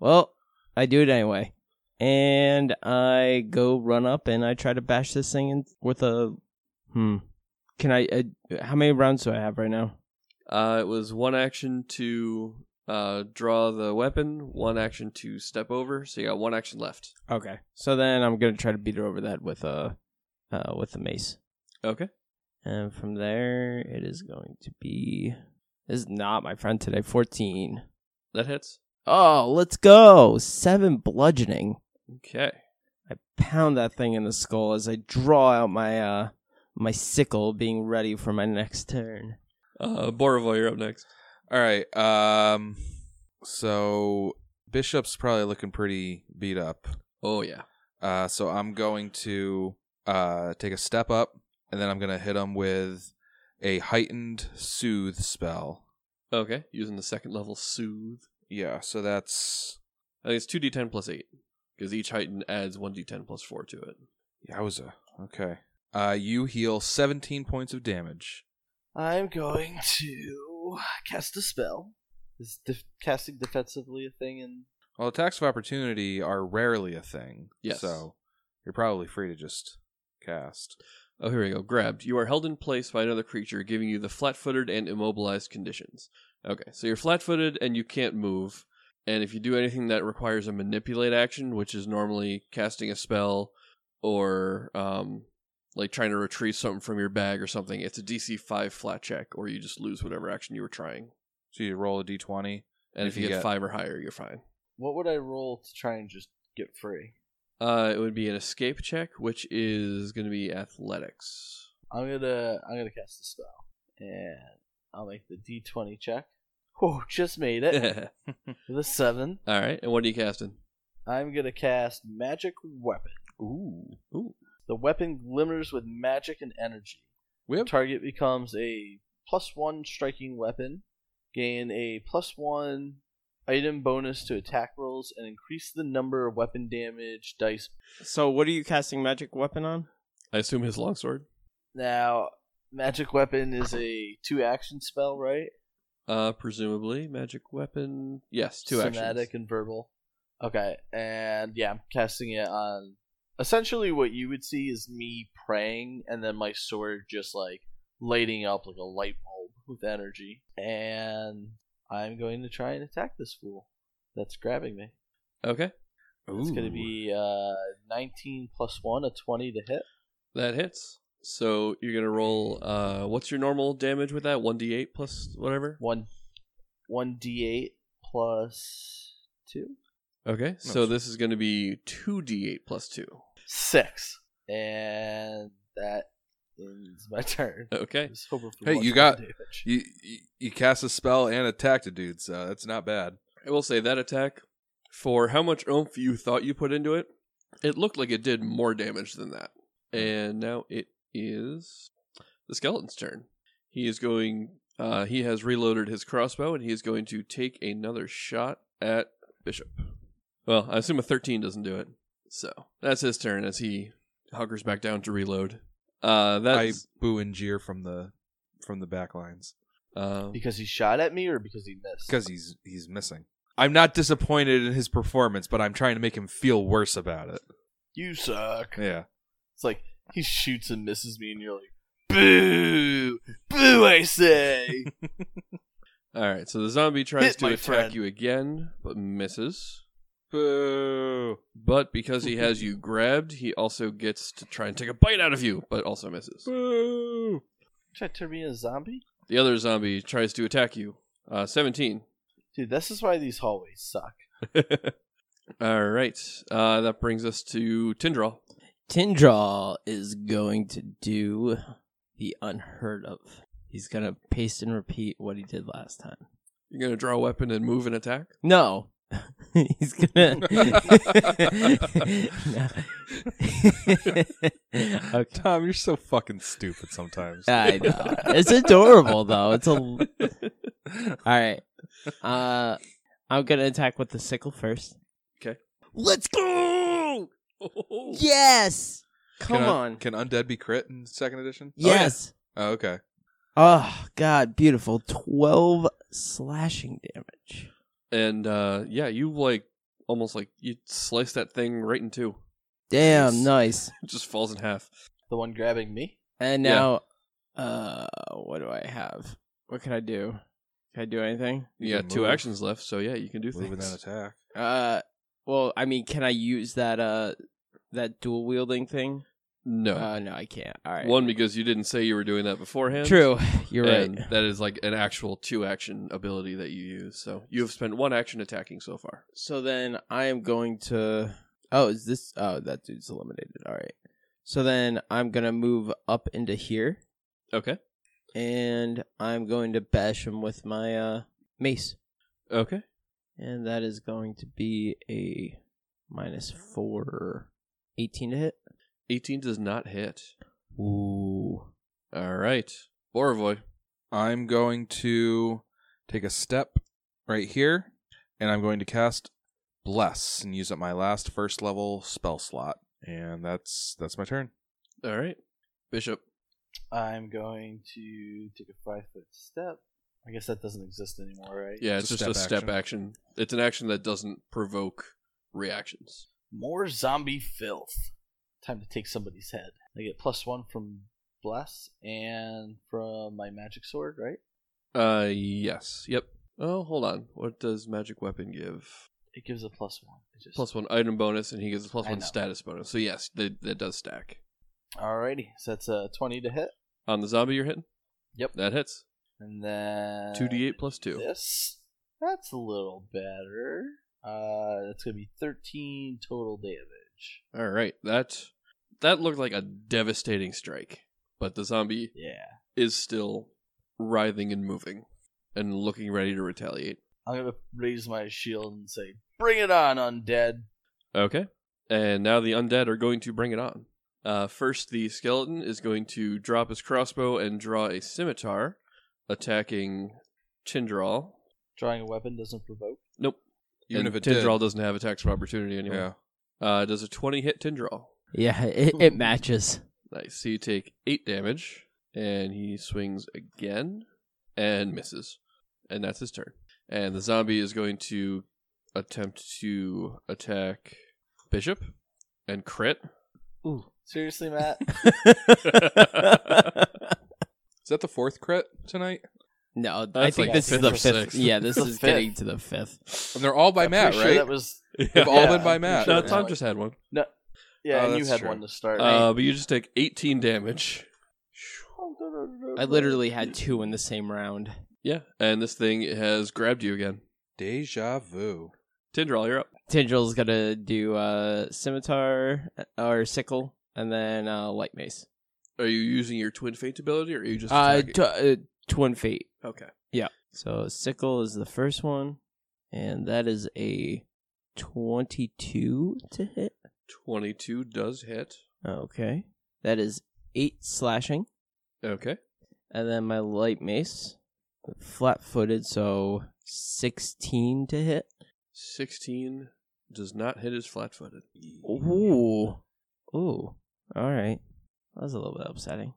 Well, I do it anyway, and I go run up and I try to bash this thing in with a. Hmm. Can I? Uh, how many rounds do I have right now? Uh, it was one action to uh, draw the weapon, one action to step over, so you got one action left. Okay. So then I'm gonna try to beat it over that with a, uh, with the mace, Okay. and from there it is going to be. This is not my friend today. Fourteen. That hits. Oh, let's go. Seven bludgeoning. Okay. I pound that thing in the skull as I draw out my uh my sickle, being ready for my next turn. Uh, Borovo, you're up next. All right. Um. So Bishop's probably looking pretty beat up. Oh yeah. Uh. So I'm going to uh take a step up, and then I'm gonna hit him with a heightened soothe spell. Okay. Using the second level soothe. Yeah. So that's I think it's two d10 plus eight because each heighten adds one d10 plus four to it. yowza. Okay. Uh. You heal 17 points of damage. I'm going to cast a spell. Is def- casting defensively a thing in Well, attacks of opportunity are rarely a thing. Yes. So you're probably free to just cast. Oh, here we go. Grabbed. You are held in place by another creature, giving you the flat footed and immobilized conditions. Okay, so you're flat footed and you can't move. And if you do anything that requires a manipulate action, which is normally casting a spell or um, like trying to retrieve something from your bag or something, it's a DC 5 flat check, or you just lose whatever action you were trying. So you roll a d20. And if, you, get, get- 5 or higher, you're fine. What would I roll to try and just get free? Uh, it would be an escape check, which is going to be athletics. I'm gonna I'm gonna cast a spell, and I'll make the D20 check. Oh, just made it All with a seven. right, and what are you casting? I'm gonna cast magic weapon. Ooh. Ooh. The weapon glimmers with magic and energy. We have Target becomes a plus one striking weapon. Gain a plus one item bonus to attack rolls and increase the number of weapon damage dice So what are you casting magic weapon on? I assume his longsword. Now, Magic weapon is a two action spell, right? Uh, presumably magic weapon. Yes, two Somatic actions. and verbal. Okay, and yeah, I'm casting it on. Essentially, what you would see is me praying, and then my sword just like lighting up like a light bulb with energy. And I'm going to try and attack this fool that's grabbing me. Okay, It's going to be uh, 19 plus 1, a 20 to hit. that hits. So you're gonna roll. Uh, what's your normal damage with that? One d8 plus whatever. One, one d8 plus 2. Okay, so this is gonna be two d8 plus two. Six. And that ends my turn. Okay, was hoping for Hey, much you more got- damage. You, you you cast a spell and attacked a dude, so that's not bad. I will say that attack for how much oomph you thought you put into it, it looked like it did more damage than that. And now it is the skeleton's turn. He is going. Uh, he has reloaded his crossbow, and he is going to take another shot at Bishop. Well, I assume a thirteen doesn't do it, so that's his turn as he hunkers back down to reload. Uh, that's I boo and jeer from the from the back lines um, because he shot at me or because he missed? because he's he's missing. I'm not disappointed in his performance, but I'm trying to make him feel worse about it. you suck. Yeah, It's like he shoots and misses me, and you're like, boo, boo, I say. all right. So the zombie tries Hit to my attack friend. you again, but misses. boo. But because he has you grabbed, he also gets to try and take a bite out of you, but also misses. Boo. Try to turn me into a zombie, The other zombie tries to attack you. Uh, 17. dude. This is why these hallways suck. All right. Uh, that brings us to Tindral. Tindral is going to do the unheard of. He's going to paste and repeat what he did last time. You're going to draw a weapon and move and attack? No. He's gonna. No. okay. Tom, you're so fucking stupid sometimes. I know. It's adorable though. It's a. All right. Uh, I'm gonna attack with the sickle first. 'Kay. Let's go! Yes. Come Can un- on. can undead be crit in second edition? Oh, yeah. Yes. Oh, okay. Oh, God, beautiful. 12 slashing damage. And uh, yeah, you like almost like you slice that thing right in two. Damn, Nice. nice. It just falls in half. The one grabbing me. And Yeah. now, uh, what do I have? What can I do? Can I do anything? You, You got can two move. actions left, so yeah, you can do Moving that things. attack. Uh, well, I mean, can I use that, uh, that dual wielding thing? No. Uh, no, I can't. All right. One, because you didn't say you were doing that beforehand. True. You're right. And Eh, that is like an actual two action ability that you use. So you have spent one action attacking so far. So then I am going to. Oh, is this? Oh, that dude's eliminated. All right. So then I'm gonna move up into here, Okay. and I'm going to bash him with my uh, mace, Okay. and that is going to be a minus four, 18 to hit. 18 does not hit. Ooh. All right. Borovoy. I'm going to take a step right here, and I'm going to cast Bless and use up my last first level spell slot, and that's that's my turn. All right. Bishop. I'm going to take a five foot step. I guess that doesn't exist anymore, right? Yeah, it's It's a just a step step action. It's an action that doesn't provoke reactions. More zombie filth. Time to take somebody's head. I get plus one from bless and from my magic sword, right? Uh, yes. Yep. Oh, hold on. What does magic weapon give? It gives a plus one. It just... Plus one item bonus, and he gives a plus I one know. status bonus. So yes, that that does stack. Alrighty, so that's a twenty to hit, On the zombie you're hitting. Yep. That hits. and then Two d eight plus two. This that's a little better. Uh, that's gonna be thirteen total damage. All right. That that looked like a devastating strike, but the zombie Yeah, is still writhing and moving and looking ready to retaliate. I'm gonna raise my shield and say, "Bring it on, undead!" Okay. And now the undead are going to bring it on. Uh, first, the skeleton is going to drop his crossbow and draw a scimitar, attacking Tindral. Drawing a weapon doesn't provoke. Nope. Even and if it Tindral did, doesn't have attacks of opportunity anymore. yeah, Uh, does a 20 hit Tindral? Yeah, it, it matches. Nice. So you take 8 damage. and he swings again and misses, and that's his turn. And the zombie is going to attempt to attack Bishop and crit. Ooh. Seriously, Matt? Is that the fourth crit tonight? no, I That's think like this is fifth the or fifth. sixth. Yeah, this The is fifth. getting to the fifth. And they're all by I'm Matt, pretty right? Sure that was They've all Yeah, been by I'm pretty Matt. sure No, that Tom was- just had one. no. Yeah, Oh, and you that's had true. one to start. Uh, but you just take 18 damage. I literally had two in the same round. Yeah, and this thing has grabbed you again. Deja vu. Tindral, you're up. Tindrill's gonna do uh, scimitar uh, or sickle, and then uh, light mace. Are you using your twin fate ability, or are you just Uh, attacking? tw- uh, twin feet. okay? So sickle is the first one, and that is a twenty-two to hit. 22 does hit. Okay, that is eight slashing, Okay, and then my light mace, flat-footed, so sixteen to hit. 16 does not hit his flat-footed. Ooh, ooh. All right, that was a little bit upsetting.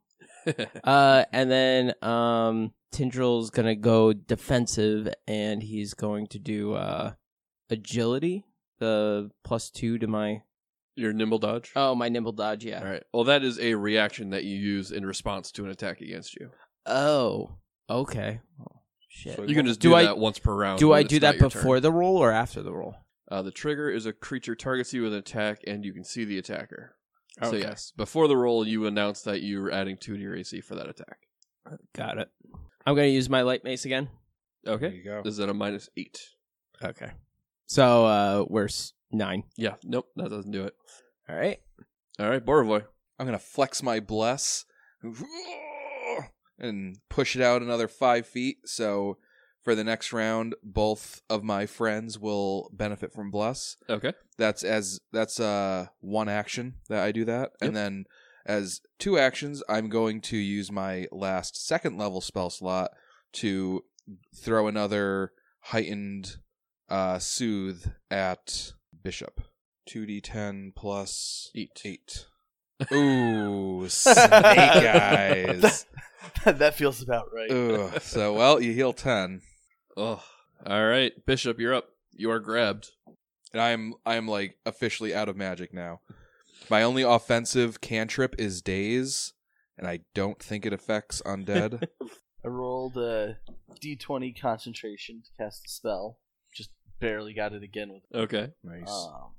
Uh, and then um, Tindrill's gonna go defensive, and he's going to do uh, agility, the plus two to my your nimble dodge. oh my nimble dodge, yeah. All right. Well, that is a reaction that you use in response to an attack against you. Oh, okay. Oh, shit. So You can just do, Do I- that once per round. do when I it's do not that your turn. before the roll or after the roll? Uh, the trigger is a creature targets you with an attack, and you can see the attacker. So Okay. yes, before the roll, you announce that you are adding two to your AC for that attack. Got it. I'm gonna use my light mace again. There Okay. you go. This is at a minus eight. Okay. So uh, we're s- nine. Yeah. Nope. That doesn't do it. All right. All right, Borovoy. I'm gonna flex my bless and push it out another five feet. So for the next round, both of my friends will benefit from bless. Okay. That's as that's uh one action that I do that, and then as two actions, I'm going to use my last second level spell slot to throw another heightened uh soothe at bishop. Two d ten plus Eight. Eight. Ooh, snake eyes. that feels about right. Ooh, so well, you heal ten, Oh. All right, Bishop, you're up. You are grabbed. and I'm I'm like officially out of magic now. My only offensive cantrip is daze, and I don't think it affects undead. I rolled a d20 concentration to cast the spell. Just barely got it again with Okay. nice. Um,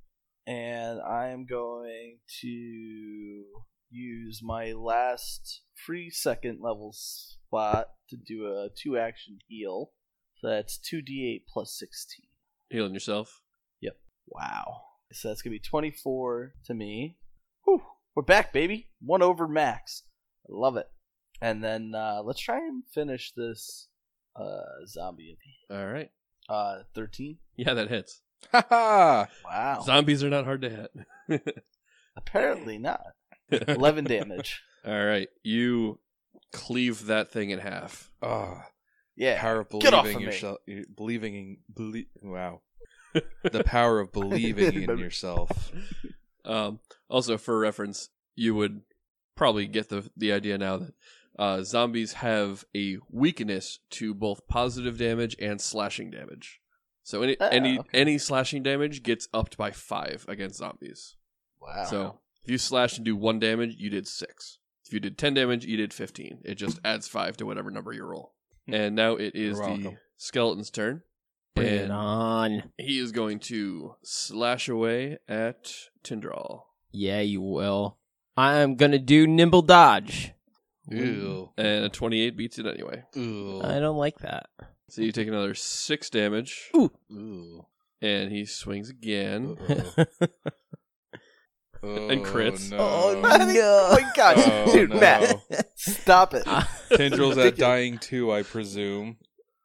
and I am going to use my last free second level spot to do a two action heal. So that's 2d8 plus 16. Healing yourself. Wow. So that's going to be 24 to me. Whew, we're back, baby. One over max. I love it. And then uh, let's try and finish this uh, zombie. All right. Uh, 13. Yeah, that hits. Ha ha! Wow. Zombies are not hard to hit. Apparently not. 11 damage. All right, you cleave that thing in half. Ah, Yeah. power of Get off believing of me. yourself. Believing in belie- Wow, the power of believing in yourself. Um, also, for reference, you would probably get the the idea now that uh, zombies have a weakness to both positive damage and slashing damage. So any Oh, any okay. any slashing damage gets upped by five against zombies. Wow. Uh-huh. So if you slash and do one damage, you did six. If you did ten damage, you did fifteen. It just adds five to whatever number you roll. And now it is Hmm. You're the welcome. skeleton's turn. Bring it And- on. He is going to slash away at Tindral. Yeah, you will. I'm gonna do nimble dodge. Ew. And a 28 beats it anyway. Ew. I don't like that. So you take another 6 damage. Ew. And he swings again. Uh-oh. Oh, And crits. no. Oh my god, Oh, dude, no. Matt, stop it! Uh, Tendrils at dying too, I presume.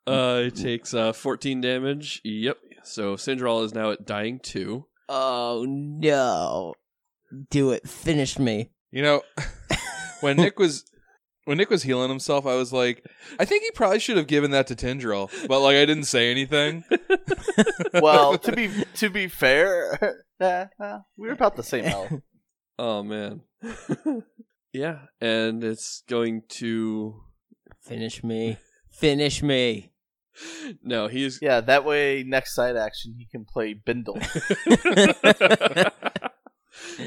Uh, he takes uh, 14 damage. Yep. So Tindral is now at dying 2. oh no! Do it. Finish me. You know, when Nick was when Nick was healing himself, I was like, I think he probably should have given that to Tendril, but like I didn't say anything. Well, to be to be fair, uh, uh, we were about the same health. Oh, man. Yeah, and it's going to. Finish me. Finish me. No, he is. Yeah, that way next side action he can play Bindle.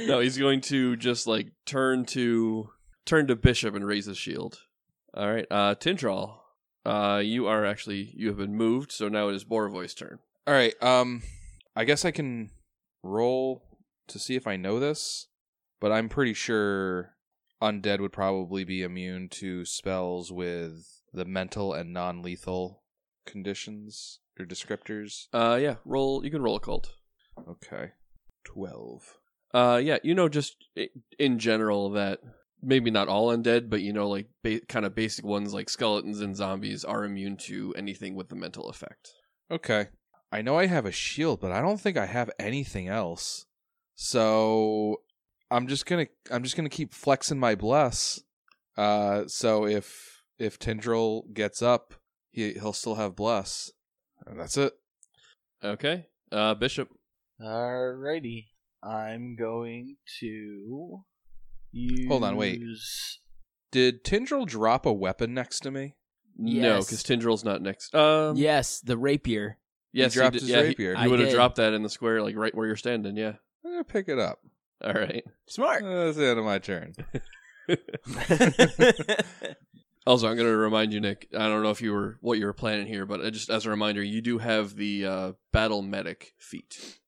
no, he's going to just like turn to turn to Bishop and raise his shield. All right, uh, Tindral, uh, you are actually you have been moved, so now it is Borovoy's turn. All right. Um, I guess I can roll to see if I know this, but I'm pretty sure undead would probably be immune to spells with the mental and non-lethal conditions or descriptors. Uh, yeah, roll. You can roll a cult. Okay. 12. Uh, yeah, you know, just i- in general that maybe not all undead, but you know, like ba- kind of basic ones like skeletons and zombies are immune to anything with the mental effect. Okay. I know I have a shield, but I don't think I have anything else. So I'm just gonna I'm just gonna keep flexing my bless. Uh, so if if Tendril gets up, he he'll still have bless, and that's it. Okay, uh, Bishop. Alrighty. I'm going to use Hold on, wait. Did Tendril drop a weapon next to me? No, Yes. because Tindrill's not next. Um, yes, the rapier. yes, dropped did- his yeah, rapier. He, I you would have did. dropped that in the square, like right where you're standing. Yeah. I'm gonna pick it up. All right. Smart. Uh, That's the end of my turn. Also, I'm going to remind you, Nick. I don't know if you were what you were planning here, but uh, just as a reminder, you do have the uh, battle medic feat.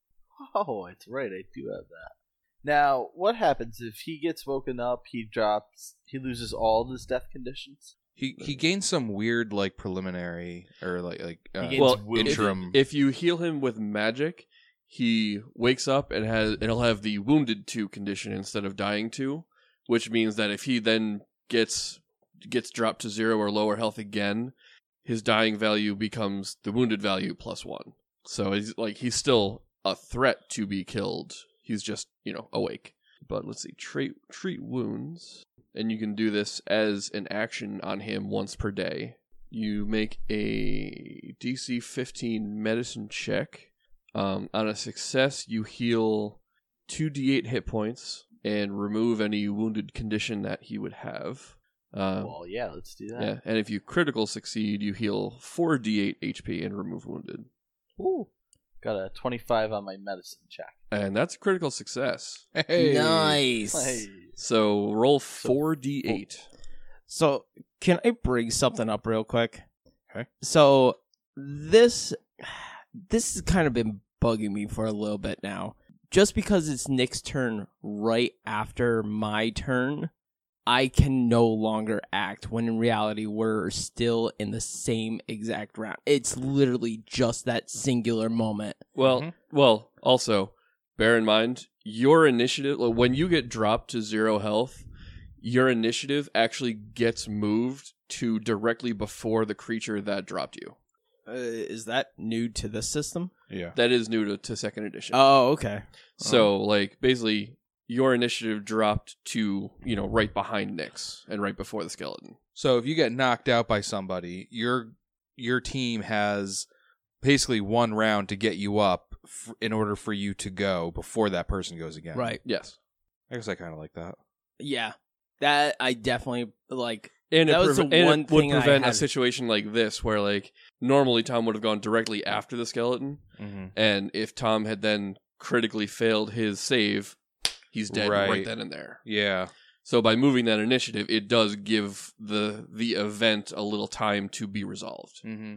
Oh, that's right. I do have that. Now, what happens if he gets woken up? He drops. He loses all of his death conditions. He he gained some weird like preliminary or like like uh, gains well, wound. interim. If you heal him with magic, he wakes up and has and he'll have the wounded two condition instead of dying two, which means that if he then gets gets dropped to zero or lower health again, his dying value becomes the wounded value plus one. So he's like he's still a threat to be killed. He's just you know awake. But let's see, treat treat wounds, and you can do this as an action on him once per day. You make a DC 15 medicine check. Um, on a success, you heal 2d8 hit points and remove any wounded condition that he would have. Uh, Um, well, yeah, let's do that. yeah, and if you critical succeed, you heal 4d8 HP and remove wounded. Ooh. Got a 25 on my medicine check. And that's a critical success. Eh. Hey. Nice. Hey. So roll 4d8. So, can I bring something up real quick? Okay. So, this this has kind of been bugging me for a little bit now. Just because it's Nick's turn right after my turn, I can no longer act when in reality we're still in the same exact round. It's literally just that singular moment. Well, Mhm. well. Also, bear in mind your initiative. like, When you get dropped to zero health, your initiative actually gets moved to directly before the creature that dropped you. Uh, is that new to this system? Yeah. That is new to, to second edition. Oh, okay. so, like, basically, your initiative dropped to you know right behind Nyx and right before the skeleton. So if you get knocked out by somebody, your your team has basically one round to get you up f- in order for you to go before that person goes again. Right. Yes, I guess I kind of like that. Yeah. That I definitely like and That it, was preve- and the it one would thing I prevent a had. situation like this where like normally Tom would have gone directly after the skeleton. Mm-hmm. and if Tom had then critically failed his save, he's dead right, Right. then and there. Yeah. So by moving that initiative, it does give the the event a little time to be resolved. Mm-hmm.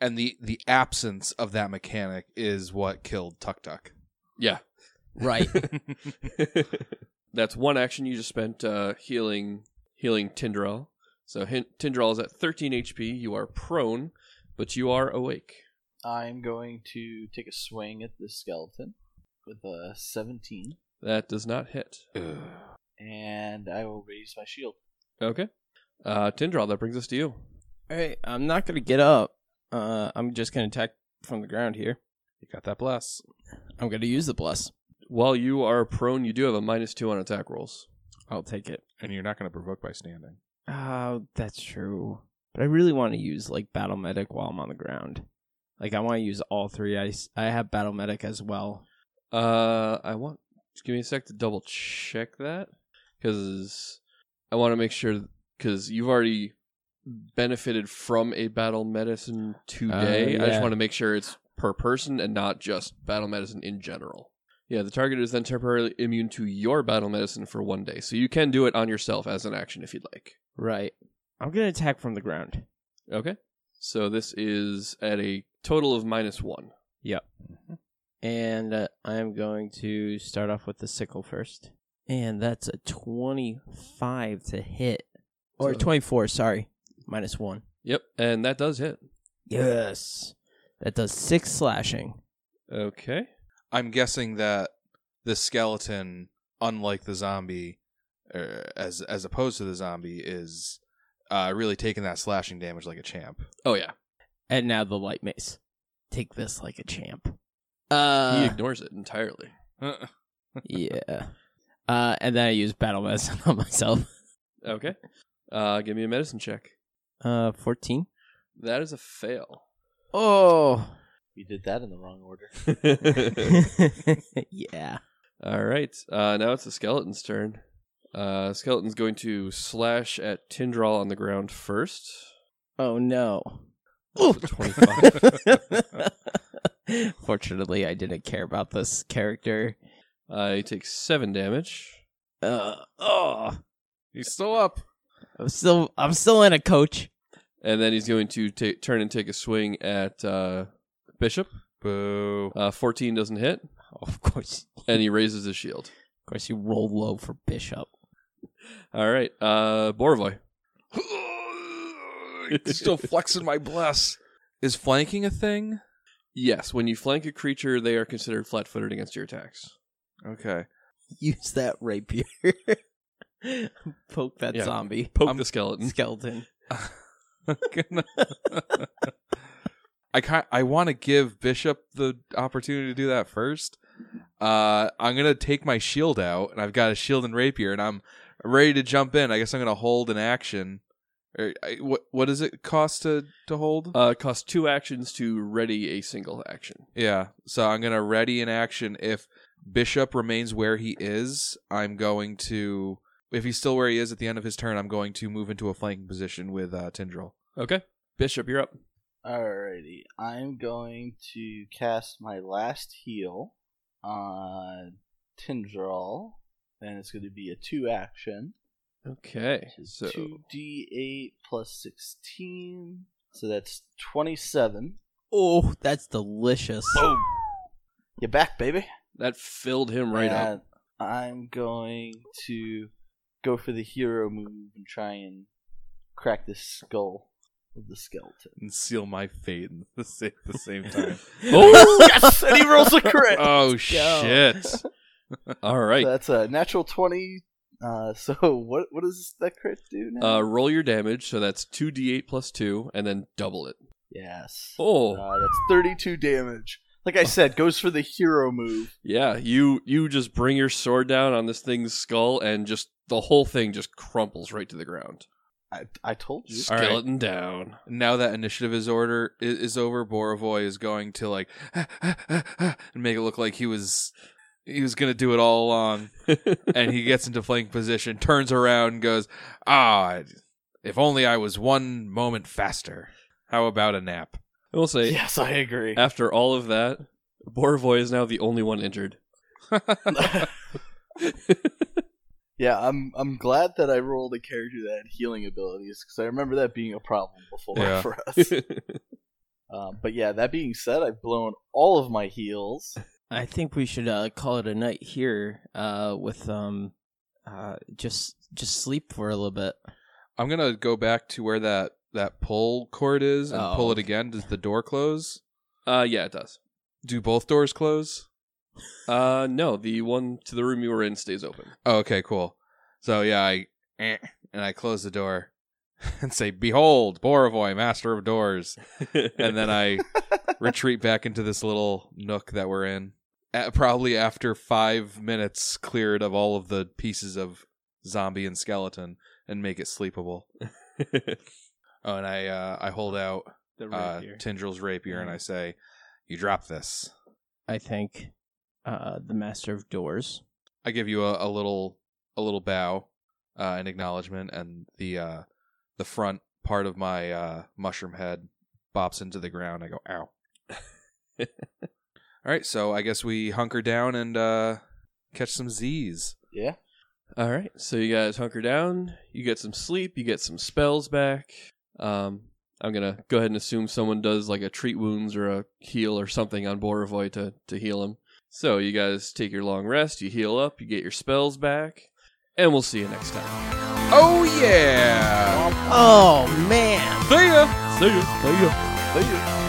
And the the absence of that mechanic is what killed Tuk Tuk. Yeah, right. that's one action you just spent uh, healing healing Tindral. So Hin- Tindral is at 13 HP. You are prone, but you are awake. I'm going to take a swing at this skeleton with a 17, That does not hit. and I will raise my shield. Okay, uh, Tindral, that brings us to you. All right, I'm not gonna get up. Uh, I'm just gonna attack from the ground here. You got that bless. I'm gonna use the bless. While you are prone, you do have a minus two on attack rolls. I'll take it. And you're not going to provoke by standing. Oh, that's true. But I really want to use like battle medic while I'm on the ground. Like I want to use all three. I s- I have battle medic as well. Uh, I want. Give me a sec to double check that, because I want to make sure because you've already benefited from a battle medicine today. I yeah. just want to make sure it's per person and not just battle medicine in general. Yeah, the target is then temporarily immune to your battle medicine for one day, so you can do it on yourself as an action if you'd like. Right. I'm gonna attack from the ground. Okay. So this is at a total of minus one. And uh, I am going to start off with the sickle first. And that's a 25 to hit. Or So- 24, sorry. Minus one. Yep, and that does hit. Yes. That does six slashing. Okay. I'm guessing that the skeleton, unlike the zombie, er, as as opposed to the zombie, is uh, really taking that slashing damage like a champ. Oh yeah, And now the light mace. Take this like a champ. he Uh, ignores it entirely. Uh. yeah. Uh, and then I use battle medicine on myself. Okay. Uh, give me a medicine check. Uh, 14. That is a fail. Oh. We did that in the wrong order. yeah. All right. Uh, now it's the skeleton's turn. Uh, skeleton's going to slash at Tindral on the ground first. Oh no. Oh, That's a 25. Fortunately, I didn't care about this character. uh, he takes seven damage. Uh, oh, He's still up. I'm still, I'm still in a coach. And then he's going to ta- turn and take a swing at uh, Bishop. Boo. Uh, 14 doesn't hit, Oh, of course, and he raises his shield. of course, you roll low for bishop. All right. Uh, Borovoy. still flexing my bless. Is flanking a thing? Yes, when you flank a creature, they are considered flat footed against your attacks. Okay. Use that rapier. Poke that Yeah. zombie Poke I'm- the skeleton. skeleton. I'm gonna- I kind I want to give Bishop the opportunity to do that first. Uh, I'm gonna take my shield out, and I've got a shield and rapier, and I'm ready to jump in. I guess I'm gonna hold an action. Or, I, what what does it cost to to hold? Uh, costs two actions to ready a single action. yeah, so I'm gonna ready an action. If Bishop remains where he is, I'm going to. If he's still where he is at the end of his turn, I'm going to move into a flanking position with uh, Tindril. Okay. Bishop, you're up. Alrighty, I'm going to cast my last heal on Tindral, and it's going to be a two action. Okay. So Two D eight plus sixteen, so that's twenty seven. Oh, that's delicious. Oh. You're back, baby. that filled him right up. and I'm going to go for the hero move and try and crack this skull of the skeleton. and seal my fate in the same, the same time. Oh! yes, and he rolls a crit. oh go. shit! All right. So that's a natural twenty. Uh, so what what does that crit do now? Uh, roll your damage. So that's 2d8 plus 2, and then double it. yes. Oh, Uh, that's thirty-two damage. Like I said, goes for the hero move. yeah. You you just bring your sword down on this thing's skull, and just the whole thing just crumples right to the ground. I I told you. All right. Skeleton down. Now that initiative is order is, is over, Borovoy is going to like and make it look like he was he was gonna do it all along, and he gets into flank position, turns around, and goes, "Ah, if only I was one moment faster. How about a nap?" I will say, Yes, I agree. after all of that, Borovoy is now the only one injured. yeah, I'm I'm glad that I rolled a character that had healing abilities because I remember that being a problem before Yeah. for us. um, but yeah, that being said, I've blown all of my heals. I think we should uh, call it a night here. Uh, with um, uh, just just sleep for a little bit. I'm gonna go back to where that that pull cord is and Oh. pull it again. Does the door close? uh, yeah, it does. Do both doors close? Uh, no, the one to the room you were in stays open. Oh, okay, cool. So yeah, I eh, and I close the door and say, "Behold, Borovoy, master of doors." And then I retreat back into this little nook that we're in. At, probably after five minutes cleared of all of the pieces of zombie and skeleton, and make it sleepable. Oh, and I uh, I hold out The uh, rapier. Tindrill's rapier and I say, "You drop this." I think uh, the master of doors. I give you a, a little a little bow uh, an acknowledgement, and the uh, the front part of my uh, mushroom head bops into the ground. I go, ow. All right, so I guess we hunker down and uh, catch some Z's. Yeah. All right. So you guys hunker down. You get some sleep. You get some spells back. Um, I'm gonna go ahead and assume someone does like a treat wounds or a heal or something on Borovoy to to heal him. So you guys take your long rest. You heal up. You get your spells back, and we'll see you next time. Oh yeah! Oh man. See ya. See you. Later.